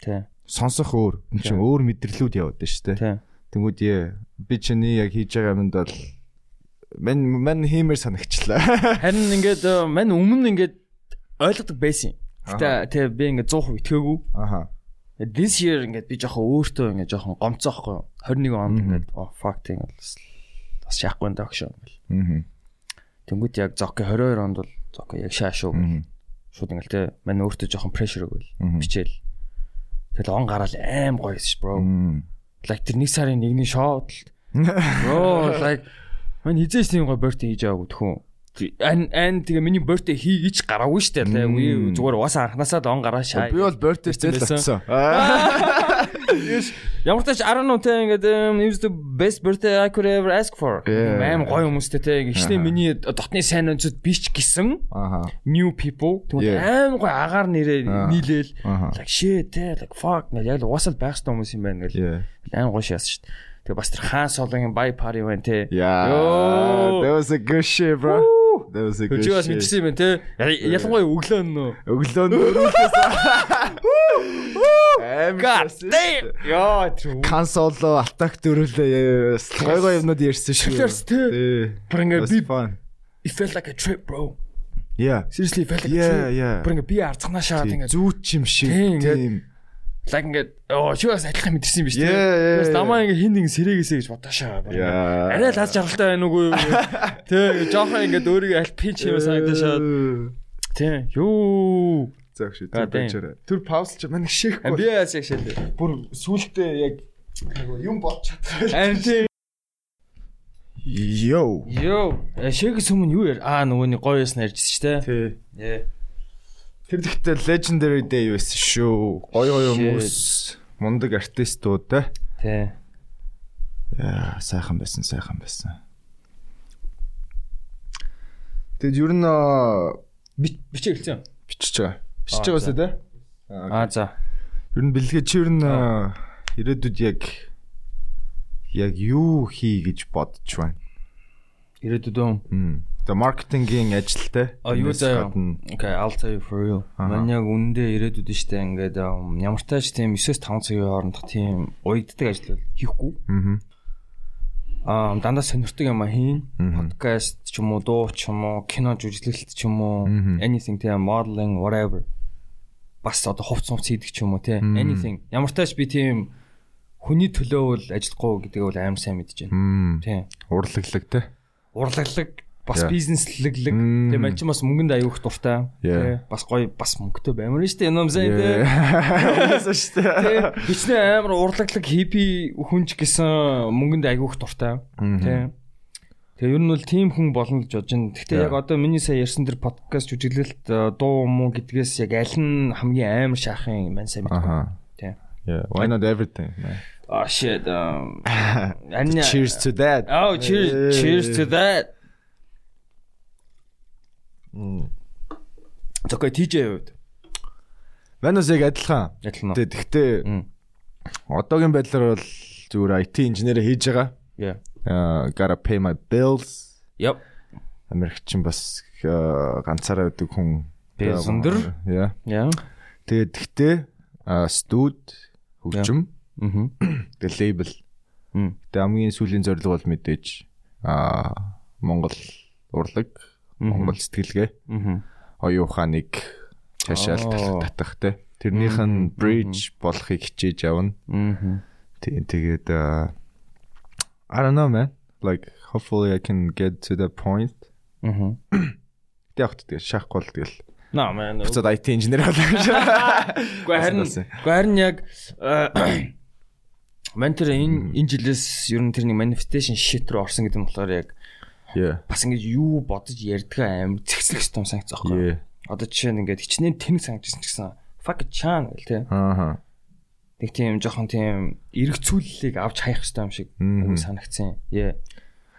Тэ. сонсох өөр. Энд Тийм. чинь өөр мэдрэлүүд явдаг шүү дээ. Тэ. Тэнгүүд ээ би чиний яг хийж байгаа юмд бол мен мен хиймэр *laughs* санагчлаа. Харин ингээд э, мань өмнө ингээд ойлгодог байсан юм. Гэтэ тэ би ингээд 100% итгээгүй. Аха. This year ингээд би жоохон өөртөө ингээд жоохон гомцоохгүй. 21 онд Мгм. ингээд oh fuck тийм бол бас бас яахгүй энэ догшоо. Мм. Тэнгүүт яг зоки 22 онд бол зоки яг шаашуу. Мм. Шууд ингээд тэ мань өөртөө жоохон pressure өгөөл. Мгм. Бичээл. Тэгэл он гараал аим гоё ш бро. Мм. Like тэр 1 сарын 1-ний шоуд Бро, like мань хизээс тийм гоо бёртэй хийж байгаагүй тхүн. Ан ан тэгээ миний бёртэй хийгээч гараагүй штэ. Тэгээ Мм. үе зүгээр уусаа анханасаа дон гараа шаа. Би бол birthday-тэй л Байсан. очсон. Аа. *laughs* Ямар ч тач 10 нуу тэгээ ингээд um, it was the best birthday I could ever ask for. Yeah. Мам гоё хүмүүстэй тэгээ ихний миний дотны сайн өнцөд би ч гисэн Аха. new people тэгвэл Yeah. Ah. аим гоё агаар нэрээ Аа. нийлээл Аха. like shit те like fuck нэр яг л уусаал байх хэвээр хүмүүс юм байна гэл Yeah. аим гоё шаас штэ. Тэгээ бас тэр хаан солонгийн бай пари байна те. Yeah. Йоо. That was a good shit, bro. Woo. That was a good. Хөчөө бас shit. мэдсэн юм байна те. Ялангуяа өглөө нөө. Өглөө нь *laughs* God дөрвөлээс damn. Яа тэр консоло алтак дөрвөлээ гой гой юмнууд ярьсан шүү. Э, Шүлэрс, тий. Брингээ Э, би- fun. it felt like a trip bro. Yeah. Seriously it felt like Yeah, a trip. yeah. Бүр ингээ би арцганаа шаад ингээ Зүүч юм шиг Тийм, ингээд. тийм. лаг ингээ оо чи бас адилхан мэдэрсэн юм биш Yeah, yeah, Бас yeah. намаа ингээ хин нэг сэрээгээсэ гэж бодошаа. Yeah. Арай лаз жаргалтай байна *laughs* уугүй юу? Тэ ингээ жоохон ингээ өөрийгөө аль пинч юм санагдашаа. Тэ юу. Заг шүү. God damn. Тэр Тэр паус ч манай шээх Би яаж яг шалээ. бүр сүултээ яг юм бодч чадахгүй. Ань тэ. Йоу. Йоо. Шэгэс өмнө юу яар? Аа нөгөөний гоё юус ярьжсэн ч тэ. Тий. Тэ. Тэр ихтэй legendary day байсан шүү. Гой гой Shit. хүмүүс мундаг артистууд те. Тэ. Яа, сайхан байсан, сайхан байсан. Тэгэд ер нь аа, Бичиг хэлсэн. бичиж байгаа. Бичиж Аа, байгаа үстэй те. Аа за. Ер нь бэлгээ чи ер нь аа, ирээдүйд яг яг юу хий гэж бодож байна. Ирээдүйд юм. Тэгээ маркетингийн ажил те. А, юу Энэс заяа? гадна. Okay, I'll tell you for real. Аха. Манай яг үндэ ирээдүйд нь штэ ингээд um, ямар тач тийм 9-5 цагийн хоорондох тийм уйддаг ажил бол хийхгүй. Мгм. Аа дандаа сонирхдаг юм а хийн. Мгм. Подкаст ч юм уу, дуу ч юм уу, кино жүжиглэлт ч юм уу, Мгм. anything тийм modeling whatever. Бас одоо хувц хувц хийдэг ч юм уу тийм Мм. anything. Ямар тач би тийм хүний төлөө бол ажиллахгүй гэдгийг бол амар сайн мэдэж байна. Мм. Тийм. Урлаглаг те. урлаглаг бас Yeah. бизнеслэглэг Mm. тийм мань ч бас мөнгөнд аюух дуртай Yeah. тийм бас гоё бас мөнгөтэй баймар нь шүү дээ юм сайн тийм Яасан шүү Тийм, дээ. бичнэ амар урлаглаг хиппи хүнч гэсэн мөнгөнд аюух дуртай Мгм. тийм Тэгээ ер нь бол тийм хүн болно гэж бодож байна. Гэхдээ Yeah. яг одоо миний сая ярьсан тэр подкаст жүжиглэлт э, дуу муу гэдгээс яг аль нь хамгийн амар шахахын мань сайн мэдгүй. Аха. Тийм. Yeah, why not everything? man? Oh shit. Um Anya. *laughs* Cheers Э. to that. Oh cheers. Cheers to that. that. Зөвхөн тийжээ хувьд. Манус яг адилхан. Адилхан уу? Тэ тэгтээ Мм. одоогийн байдлаар бол зүгээр IT инженери хийж байгаа. Yeah. Аа, gotta pay my bills. Yep. Америкчин бас аа, ганцаараа өгдөг хүн. Би зөндөр. Яа. Yeah. Тэгээ тэгтээ аа, студ хөгжим, Мгм. тэгээ лейбл. Мм. Тэгээ хамгийн сүүлийн зорилго бол мэдээж аа, Монгол урлаг, Монгол сэтгэлгээ, Мгм. оюун ухааныг чашаал Оо. татах тэ. Тэрнийх нь bridge болохыг хичээж явна. Мгм. Тий, тэгээд uh, I don't know man. Like hopefully I can get to the point. Мгм. Тэгэх тэгээд шахахгүй л тэгэл Наа мэн. Буцаад IT инженер болоо гэж. Гэхдээ харин Бас- бас. гэхдээ харин яг *clears throat* ментор энэ энэ жилээс ер нь тэр нэг manifestation shit руу орсон гэдэг нь болохоор яг Yeah. бас ингэж юу бодож ярьдгаа амар зэгсэх том санагц аахгүй. Yeah. Одоо жишээ нь ингээд хичнээн тэнэг санагдсан ч гэсэн fuck it, chan гэл тий. Ааха. Нэг тийм жоохон тийм эргцүүлэлийг авч хаях хэрэгтэй юм шиг Мгм. санагдсан. Yeah.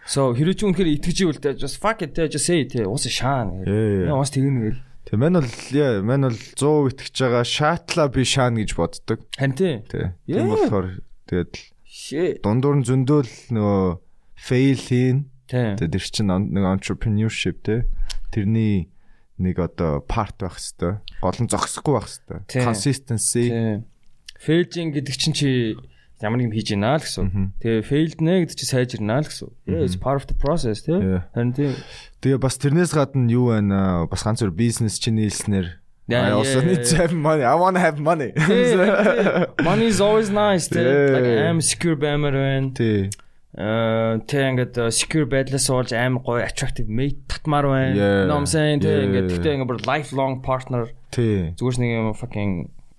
So хэрвээ ч үнэхээр итгэж ивэл тэ just fuck it те just say it те уус шаан Yeah, yeah. гэл. Уус тэгнэ гэл. Тэг мэн бол яа, мэн бол 100 итгэж байгаа шатла би шаан гэж боддог. Харин тий. Тэ. Yeah. Тийм болохоор тэгээд л Shit. дундуур нь зөндөөл нөгөө fail хийн. Тий. Тэгээд тэр чинь он- нэг entrepreneurship те. Тэрний нэг одоо part байх хэвээр. Гол нь зогсохгүй байх Тий. хэвээр. Consistency. Тий. Фейлжин гэдэг чинь чи ямар нэгэн хийж ийна л гэсэн. Мгм. Тэгээ фейлд нэ гэдэг чи сайжирна л гэсэн. Yeah, It's part of the process тий. Yeah. Харин тий. Тэгээ бас тэрнээс гадна юу байна аа? Бас ганц зур бизнес чинь нийлснээр Yeah, I also yeah, need to yeah. have money. I want to have money. Money is always nice тий. Yeah. Like I'm secure баймар байна. Тий. Э тэг ингээд э, secure байдлаас олж аим гоё attractive mate татмаар Yeah. байна. Номсэн Yeah. тэг ингээд тэгтээ ингээд бүр lifelong partner Тий. зүгээр ч нэг юм fucking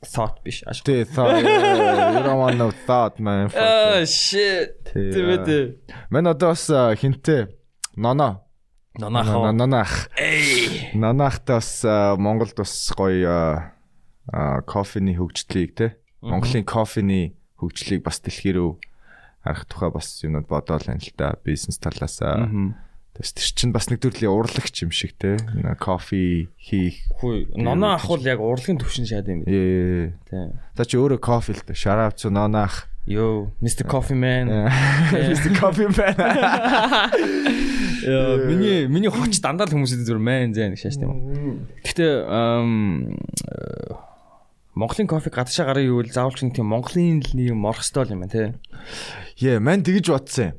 thought биш ашиг. Тий, thought. You don't want no thought, man. Fuck Oh that. shit. Тий, Тэ аа. тэ. Мэн одоо бас аа, хинтээ ноно. Нонахоо. Нононах. Эй. Нонахтаа бас аа, Монголд бас гоё аа, аа, кофений хөгжлийг те. Монголын кофений хөгжлийг бас дэлхий рүү харах тухай бас юмуд бодоол байна л да. Бизнес талаас аа. Мгм. Тэс тэр чинь бас нэг төрлийн урлагч юм шиг те. Кофе хийх. Хүй, ноноо ахвал яг урлагийн төвшин шаад юм бид. Ээ. Тий. Э, За чи өөрөө кофе л дээ. Шарав цу нонах. Йоо, Mr Coffee Man. *laughs* Мистер кофе байна. Йоо, миний миний хоч дандаа л хүмүүсэд зүр мэн зэн гэж шааш тийм. Гэхдээ ам, э, Монголын кофе гадшаа гарын юу л заавал ч нэг тийм Монголын л нэг юм орох ёстой л юм байна тий. Яа, мань тэгэж бодсон юм.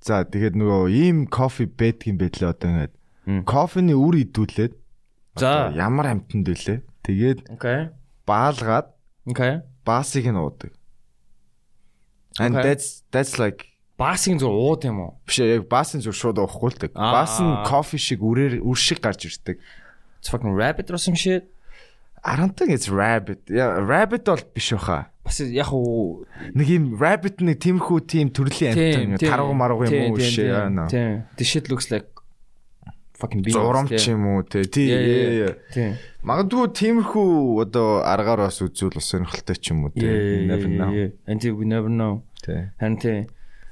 За, тэгээд нөгөө ийм кофе байдаг юм бэлээ одоо ингээд. Мм. Кофений үр идүүлээд За. ямар амтнд вүлээ. Тэгээд Окей. баалгаад Окей. басыг нь уудаг. And Окей. that's that's like Басын зур ууд юм уу? биш яг баасын зүг шууд уухгүй л дэг. Аа. Баас нь кофе шиг үрээр үр шиг гарч ирдэг. It's Fucking rabbit or some shit. Арантаг is rabbit. Яа, rabbit бол биш баха. Бас яг уу Нэг юм rabbit нэг тиймхүү тийм төрлийн амтан тарга марга юм уу шээ. яана. Тийм. The shit looks like fucking beans. Зурам тий. ч юм уу тий. Тий. Yeah, yeah, yeah, yeah. yeah. Тийм. Магадгүй тиймэрхүү одоо аргаар бас үзүүл бас сонирхолтой ч юм уу Yeah, You never know. yeah, yeah. And you never know. Тэ. Харин тий.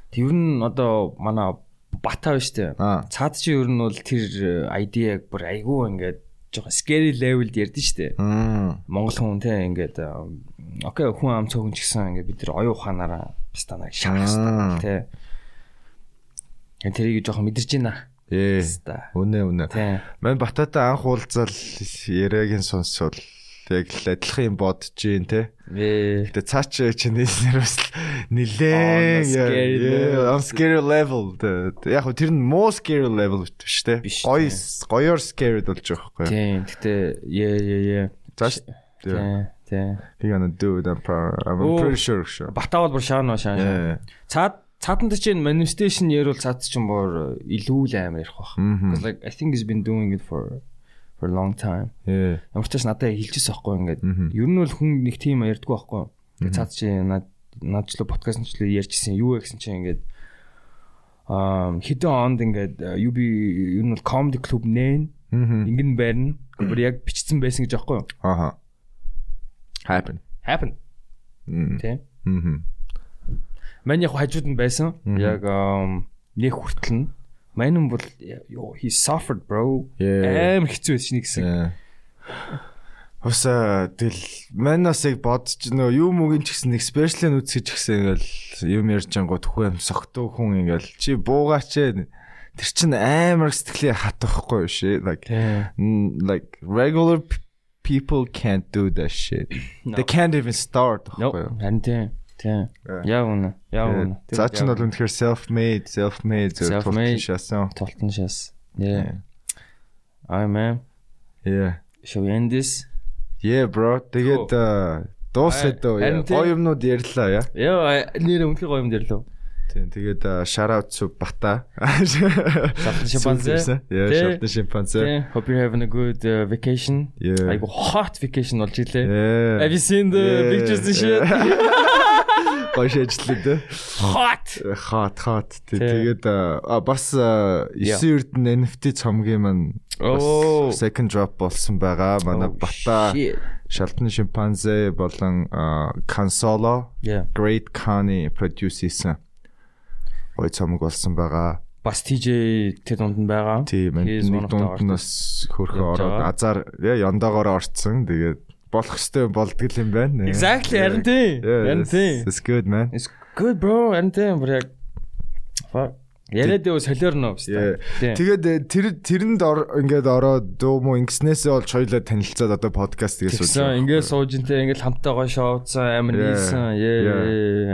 Тэр нь одоо манай бата биш тий. Аа. Цаад чи ер нь бол тэр ID-г бүр айгүй ингээд жоохон scary level-д ярдэн штэ. Мм. Монгол хүн тий ингээд э, окей хүн ам цөөн ч гэсэн ингээд бид тэр оюун ухаанаараа бас танаа шаах Аа. тий. Эн тэрийг жоохон мэдэрч байна. Ээ. Хаста. Үнэ үнэ. Тий. Мань бататай анх уулзал яриагийн сонсвол яг л адилхан юм бодож гин те. Ээ. Гэтэ цаа чи чиний нэрвэс On the нилээ. scary level. On scary level. Тэ, тэ. Яг хөө тэр нь more scary level биш те. Биш, Гоё тэ. гоёор scared болж байгаа байхгүй. Тий. Гэтэ яа яа яа. Цааш. Yeah. Тий. Тий. You're gonna do it I'm proud. I'm Оо. pretty sure. sure. Бата бол бүр шаан ба шаан. шаан. Yeah. Цаад цаатанд чинь manifestation ярил цаад чинь бүр илүү л амар ярих бах. Мгм. Because like I think he's been doing it for for a long time. Yeah. Ямар ч тач надад хэлчихсэн байхгүй ингээд. Мгм. Ер нь бол хүн нэг тийм ярьдгүй байхгүй. Тэгээ цаад чи над надчлаа подкастчлаа ярьжсэн юу вэ гэсэн чи ингээд аа хэдэн онд ингээд э, юу би ер нь бол comedy club нэн Мм. ингэн байрна. Гүр яг бичсэн байсан гэж аахгүй юу? Ааха. Happen. Happen. Мм. Тэ. Мм. Мань яг хажууд нь байсан. Яг ам, нэг хүртэл нь. Мань нь бол ёо he suffered bro. Yeah. Амар хэцүү байсан чинь гэсэн. Э. Хоса тэл манасыг бодож нөө юу мөгийн ч гэсэн нэг спешиалын үзсэж гэсэн ингээл юм ярьж ангууд хүү юм согтуу хүн ингээл чи буугаач ээ. тэр чин амар сэтгэлийн хат байхгүй шээ like Тэ. mm, like regular p- people can't do that shit they can't even start Nope. байхгүй юу? Харин тийм. Тийм. Yeah. Яг үнэ. Яг үнэ. Э. За чин бол үнэхээр self made self made зөв Self-made. тултын шасан тултан шас. Э. Yeah. I man. yeah Should we end this? Yeah bro. Тэгээд дуусэдөө Харин тийм. гоё юмнууд ярьлаа яа. Яа, нэр үнхээр гоё юм дээр лөө. Тийм тэгээд shout out to Бата. Шалтан шимпанзе. Яа, Тий. шалтан шимпанзе. Yeah, hope you're having a good uh, vacation. Yeah. Айгу hot vacation болж Э. илээ. Have Have you seen the Э. pictures and shit? Гоё шийдлээ дээ. Hot. Хат хат тий. Тий. Тэгээд а бас 9 эрдэн NFT цомгийн маань бас Oh. second drop болсон байгаа. Oh, Манай Бата, shit. шалтан шимпанзе болон Consolo Yeah. Great Kani produce хийсэн. Ой цомог болсон байгаа. Бас TJ тэр дунд нь байгаа. Тийм He is one нэг of the дунд нь artists. бас хөрхөн Явж ороод байгаа. азар яа, яндаагаараа орцсон. Тэгээд болох хэвээр болдгол юм байна. Exactly, харин тийм. Харин тийм. It's good man. It's good bro. Харин тийм бүр яг Fuck. Яриад яваа солиор нөө бас. Yeah. Тийм. Тэгээд э, тэр тэрэнд ор- ингээд ороод дөө мө ингэснээсээ болж хоёлаа танилцаад одоо подкаст тэгээс Тэгсэн ингээд сууж интэй ингээд хамтаа гоё шоуцсан амар Yeah. нийсэн. Yeah. Яа.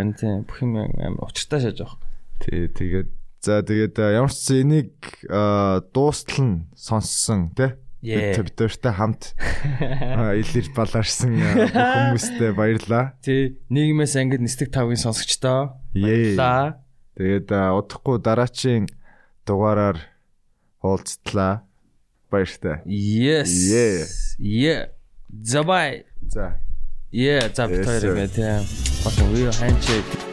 Харин тийм бүх юм амар учиртай шааж байгаа. Тий, тэгээд за тэгээд э, ямар ч зүйл энийг э, дуустал нь сонссон тий Yeah. Бид- бид нартай хамт э, илэр балаарсан э, бүх хүмүүстээ баярлаа. Тий, нийгмээс ангид нисдэг тавгийн сонсогчдоо Yay. баярлаа. Тэгээд э, удахгүй дараачийн дугаараар уулзтлаа. Баяртай. Yes. Yeah. Yeah. Забай. За. Yeah, за Yes, битэр sir. юм тийм. Батгүй ханчэк.